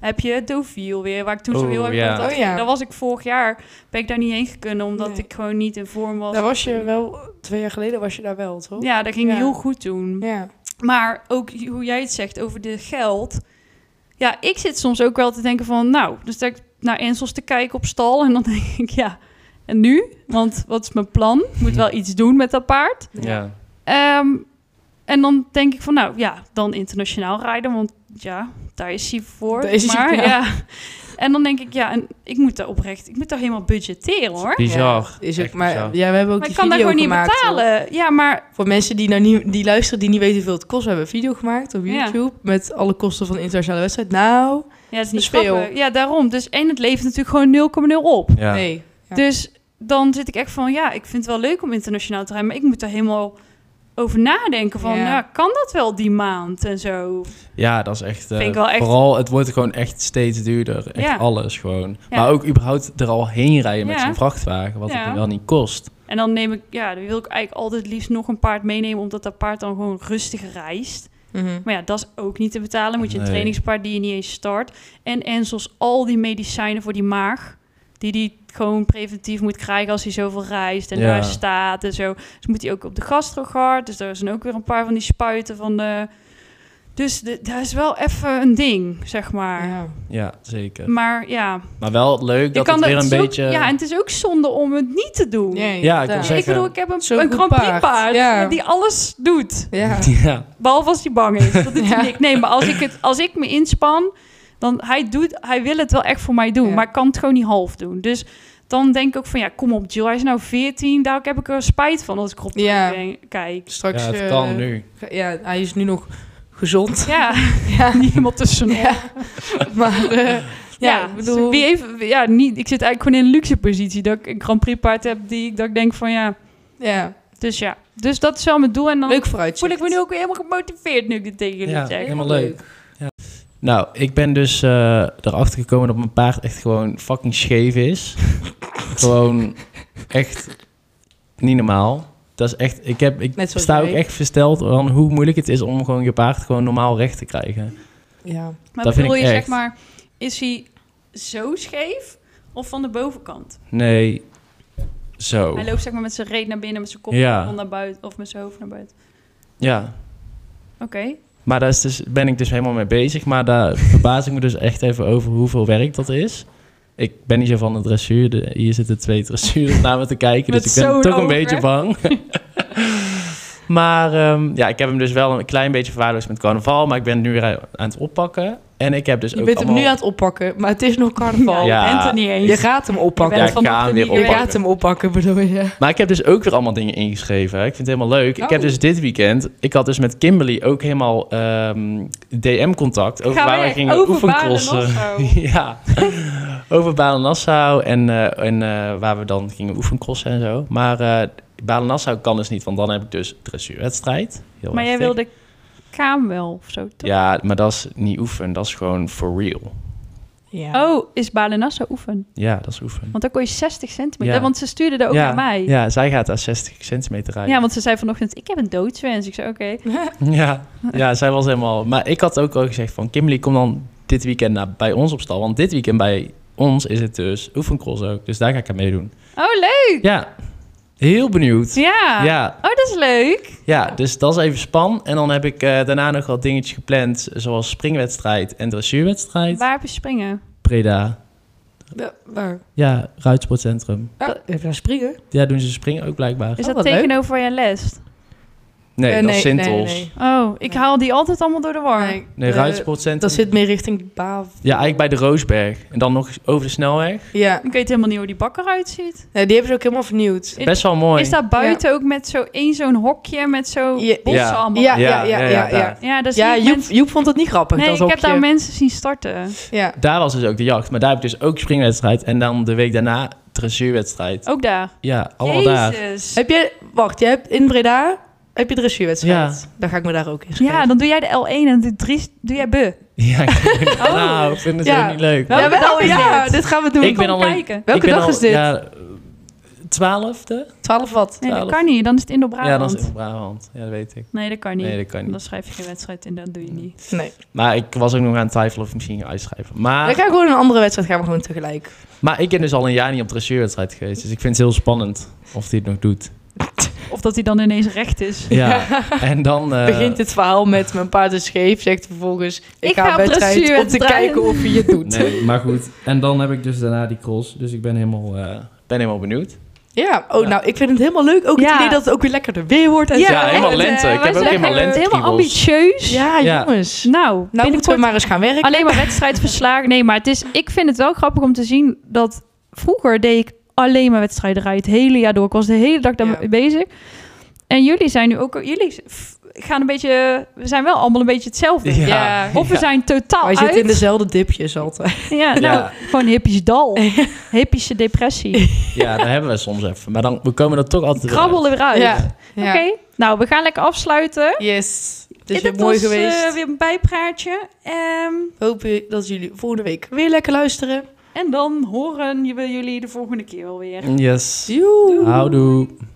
heb je Deauville weer, waar ik toen zo
Oeh,
heel erg
ja.
op dat
Oh, ja.
Daar was ik vorig jaar, ben ik daar niet heen gekund... omdat
Nee.
ik gewoon niet in vorm was.
Daar was je wel, twee jaar geleden was je daar wel, toch?
Ja, dat ging
Ja.
heel goed toen.
Ja.
Maar ook hoe jij het zegt over de geld. Ja, ik zit soms ook wel te denken van... nou, dus dat ik naar Ensels te kijken op stal... en dan *laughs* denk ik, ja, en nu? Want wat is mijn plan? Ik moet wel iets doen met dat paard.
Ja.
Ehm, en dan denk ik van, nou ja, dan internationaal rijden... want ja, daar is hij voor.
Daar is hij,
maar,
ja.
ja. En dan denk ik, ja, en ik moet daar oprecht... ik moet daar helemaal budgetteren, hoor.
Bizar.
Ja, is ook,
Echt
maar
bizar.
ja, we hebben ook
Maar ik
die
kan daar
video
gewoon niet
gemaakt, toch?
betalen. Ja, maar...
Voor mensen die, nou niet, die luisteren, die niet weten hoeveel het kost. We hebben een video gemaakt op
Ja.
YouTube met alle kosten van de internationale wedstrijd. Nou,
Ja, het is niet
Speel.
grappig. Ja, daarom. Dus en het levert natuurlijk gewoon 0,0 op.
Ja.
nee. Ja.
Dus dan zit ik echt van, ja, ik vind het wel leuk om internationaal te rijden, maar ik moet er helemaal over nadenken van,
Ja.
ja, kan dat wel die maand en zo?
Ja, dat is echt, eh,
Vind ik wel echt-
Vooral, het wordt gewoon echt steeds duurder. Echt
Ja.
alles gewoon.
Ja.
Maar ook überhaupt er al heen rijden met
Ja.
zo'n vrachtwagen, wat
Ja.
het wel niet kost.
En dan neem ik, ja, dan wil ik eigenlijk altijd liefst nog een paard meenemen, omdat dat paard dan gewoon rustig reist.
Mhm.
Maar ja, dat is ook niet te betalen. Moet je een
Nee.
trainingspaard die je niet eens start. En Enzels al die medicijnen voor die maag, die die gewoon preventief moet krijgen als hij zoveel reist en
Ja.
daar staat en zo. Dus moet hij ook op de gastrogard. Dus daar zijn ook weer een paar van die spuiten van de... Dus de- dat is wel even een ding, zeg maar.
Ja.
Ja, zeker.
Maar ja,
Maar wel leuk
je
dat het weer
het
een
is ook-
beetje...
ja, en het is ook zonde om het niet te doen.
Nee,
Ja, ik
inderdaad.
wil
Ik
zeggen-
bedoel, ik heb een,
Zo'n
een
goed
Grand Prix
paard.
paard,
Ja.
die alles doet.
Ja.
*laughs* Ja.
Behalve als hij bang is. Dat doet hij
*laughs* Ja.
niks. Nee, maar als ik, het, als ik me inspan, dan hij, doet, hij wil het wel echt voor mij doen.
Ja.
Maar ik kan het gewoon niet half doen. Dus dan denk ik ook van, ja, kom op Jill. Hij is nou 14. Daar heb ik er spijt van als ik op
Ja.
kijk.
Straks,
Ja, het
eh,
kan nu.
ga- Ja, hij is nu nog gezond.
Ja, *laughs*
Ja.
niemand tussen. Ja,
*laughs*
dus
Ja. Maar eh, ja, ik bedoel...
wie heeft, ja niet, ik zit eigenlijk gewoon in een luxe positie. Dat ik een Grand Prix paard heb die ik, dat ik denk van, ja...
Ja,
Dus ja, dus dat is wel mijn doel. En dan
leuk vooruitzicht.
voel ik me nu ook weer helemaal gemotiveerd nu ik dit tegen jullie
Ja.
zeg.
Helemaal leuk. Nou, ik ben dus eh, erachter gekomen dat mijn paard echt gewoon fucking scheef is.
*laughs*
gewoon echt niet normaal. Dat is echt, ik, heb, ik
Net zoals
sta ook
jij.
echt versteld van hoe moeilijk het is om gewoon je paard gewoon normaal recht te krijgen.
Ja.
Maar
Dat vind
bedoel
ik
je, zeg
echt.
maar, is hij zo scheef of van de bovenkant?
Nee, zo.
Hij loopt zeg maar met zijn reet naar binnen, met zijn kop
Oh. Ja.
naar buiten of met zijn hoofd naar buiten.
Ja,
Oké.
maar daar is dus, ben ik dus helemaal mee bezig. Maar daar *laughs* verbaas ik me dus echt even over hoeveel werk dat is. Ik ben niet zo van de dressuur. De- hier zitten twee *laughs* dressuren naar me te kijken.
Met
dus ik ben
zo'n
toch een
oog,
beetje
hè?
*laughs*
bang. maar ehm, ja, ik heb hem dus wel een klein beetje verwaarloosd met carnaval. Maar ik ben nu weer aan het oppakken. En ik heb dus
Je
ook
bent hem
allemaal...
nu aan het oppakken, maar het is nog carnaval.
Ja.
Anthony eens.
Je gaat hem
Je bent
oppakken.
Ja, ik
vanochtend
ga hem
niet
weer
Je
geweest.
oppakken.
gaat hem oppakken, bedoel je?
Maar ik heb dus ook weer allemaal dingen ingeschreven. hè. Ik vind het helemaal leuk.
Oh.
Ik heb dus dit weekend... Ik had dus met Kimberly ook helemaal ehm, DM-contact... over
Ga
waar wij
weg.
gingen
Over
oefencrossen.
Baarle-Nassau.
*laughs* ja, over Balen-Nassau en, eh, en eh, waar we dan gingen oefencrossen en zo. Maar eh Balen-Nassau kan dus niet, want dan heb ik dus dressuurwedstrijd. Heel
Maar jij
heftig.
wilde Kaam wel of zo, toch?
Ja, maar dat is niet oefenen, dat is gewoon for real.
Ja.
Oh, is Balenasso oefen?
Ja, dat is oefenen.
Want dan kon je 60 centimeter.
Ja.
Want ze stuurde dat ook
ja,
naar mij. Ja.
Ja, zij gaat daar 60 centimeter rijden.
want ze zei vanochtend, ik heb een doodswens. Ik zei, oké.
*laughs* Ja, ja, zij was helemaal... Maar ik had ook al gezegd van... Kimberly, kom dan dit weekend naar, bij ons op stal. Want dit weekend bij ons is het dus oefencross ook. Dus daar ga ik aan meedoen.
Oh, leuk.
Ja, heel benieuwd.
Ja.
Ja,
Oh, dat is leuk.
ja, dus dat is even span. En dan heb ik eh, daarna nog wat dingetjes gepland. Zoals springwedstrijd en dressuurwedstrijd.
Waar heb je springen?
Preda.
Ja, Waar?
Ja, Ruitsportcentrum.
Ah, Even naar springen.
Ja, doen ze springen ook blijkbaar.
Is
Oh,
dat
wat leuk.
tegenover waar je lest?
Nee,
Eh,
dat is Sintels. Nee,
Oh, ik
Nee.
haal die altijd allemaal door de war.
Nee, eh,
Ruitsportcentrum.
Dat zit meer richting Baaf.
Ja, eigenlijk bij de Roosberg. En dan nog eens over de snelweg.
Ja,
Ik weet helemaal niet hoe die bak eruit ziet.
Nee, die hebben ze ook helemaal vernieuwd.
Is-
Best wel mooi.
Is dat buiten ook met zo één zo'n hokje met zo
Ja.
bossen
Ja.
allemaal?
Ja, ja,
Ja,
ja, ja.
ja,
ja,
ja,
ja,
daar.
ja dat
Ja,
zie ik
Joep,
mensen-
Joep vond het niet grappig,
Nee,
dat
ik heb
hokje.
daar mensen zien starten.
Ja.
Daar was dus ook de jacht. Maar daar heb ik dus ook springwedstrijd. En dan de week daarna dressuurwedstrijd.
Ook daar.
Ja, allemaal daar. *laughs*
Jezus.
Heb je, wacht, je hebt in Breda heb je dressuurwedstrijd.
Ja.
Daar ga ik me daar ook in schrijven.
Ja, dan doe jij de L1 en de 3 doe jij B.
Ja, ik vind het,
Oh.
nou, ik vind het
Ja.
ook niet leuk.
Welke
ja, wel,
dag is
ja,
dit?
dit gaan we doen.
Ik ben
Kom
al een-
kijken.
Welke
Ik ben
dag
al,
is dit?
Ja, eh, twaalfde?
12 wat.
Nee, dat
Twaalf.
kan niet. Dan is het Indo-Brabant.
Ja, dan is het in Brabant. Ja, dat weet ik.
Nee, dat kan niet.
Nee, dat kan
Dan
niet.
schrijf je geen wedstrijd in, dat doe je niet.
Nee.
Maar ik was ook nog aan het twijfelen of ik misschien ging uitschrijven.
Dan
Maar,
gaan we gewoon een andere wedstrijd gaan we gewoon tegelijk.
maar ik ben dus al een jaar niet op dressuurwedstrijd geweest. Dus ik vind het heel spannend of hij het nog doet.
Of dat hij dan ineens recht is.
Ja. *laughs* En dan... eh,
Begint het verhaal met mijn paard is scheef, zegt vervolgens ik,
Ik ga
ga
op
een wedstrijd om te
dressuurwedstrijd.
kijken of je het doet.
Nee,
maar goed. En dan heb ik dus daarna die cross. Dus ik ben helemaal... eh,
ben helemaal benieuwd.
Ja, oh nou, ik vind het helemaal leuk. Ook
Ja.
het idee dat het ook weer lekkerder weer wordt en
Ja,
zo.
helemaal
echt,
lente.
eh,
Ik
wij
heb ook
zijn
helemaal
echt
lente
Helemaal
kriebels.
ambitieus.
Ja,
Ja.
jongens. Nou,
Nou,
moeten we
binnenkort
maar eens gaan werken.
alleen maar wedstrijdverslagen. Nee, maar het is, ik vind het wel grappig om te zien dat vroeger deed ik alleen maar wedstrijden rijden. Het hele jaar door. Ik was de hele dag daarmee
Ja.
bezig. En jullie zijn nu ook, jullie f- gaan een beetje, we zijn wel allemaal een beetje hetzelfde.
Ja.
Ja.
Of we
Ja.
zijn totaal
Wij
uit.
zitten in dezelfde dipjes altijd.
Ja, nou,
Ja.
gewoon hippisch dal. Hippische depressie.
Ja, dat hebben we soms even. Maar dan, we komen er toch altijd weer uit.
Krabbel er weer uit. Oké, nou, we gaan lekker afsluiten.
Yes. Het
Dit
is weer mooi
was, eh,
geweest.
weer een bijpraatje. Ehm,
Hoop je dat jullie volgende week weer lekker luisteren.
en dan horen we jullie de volgende keer wel weer.
Yes.
Joe.
Houdoe.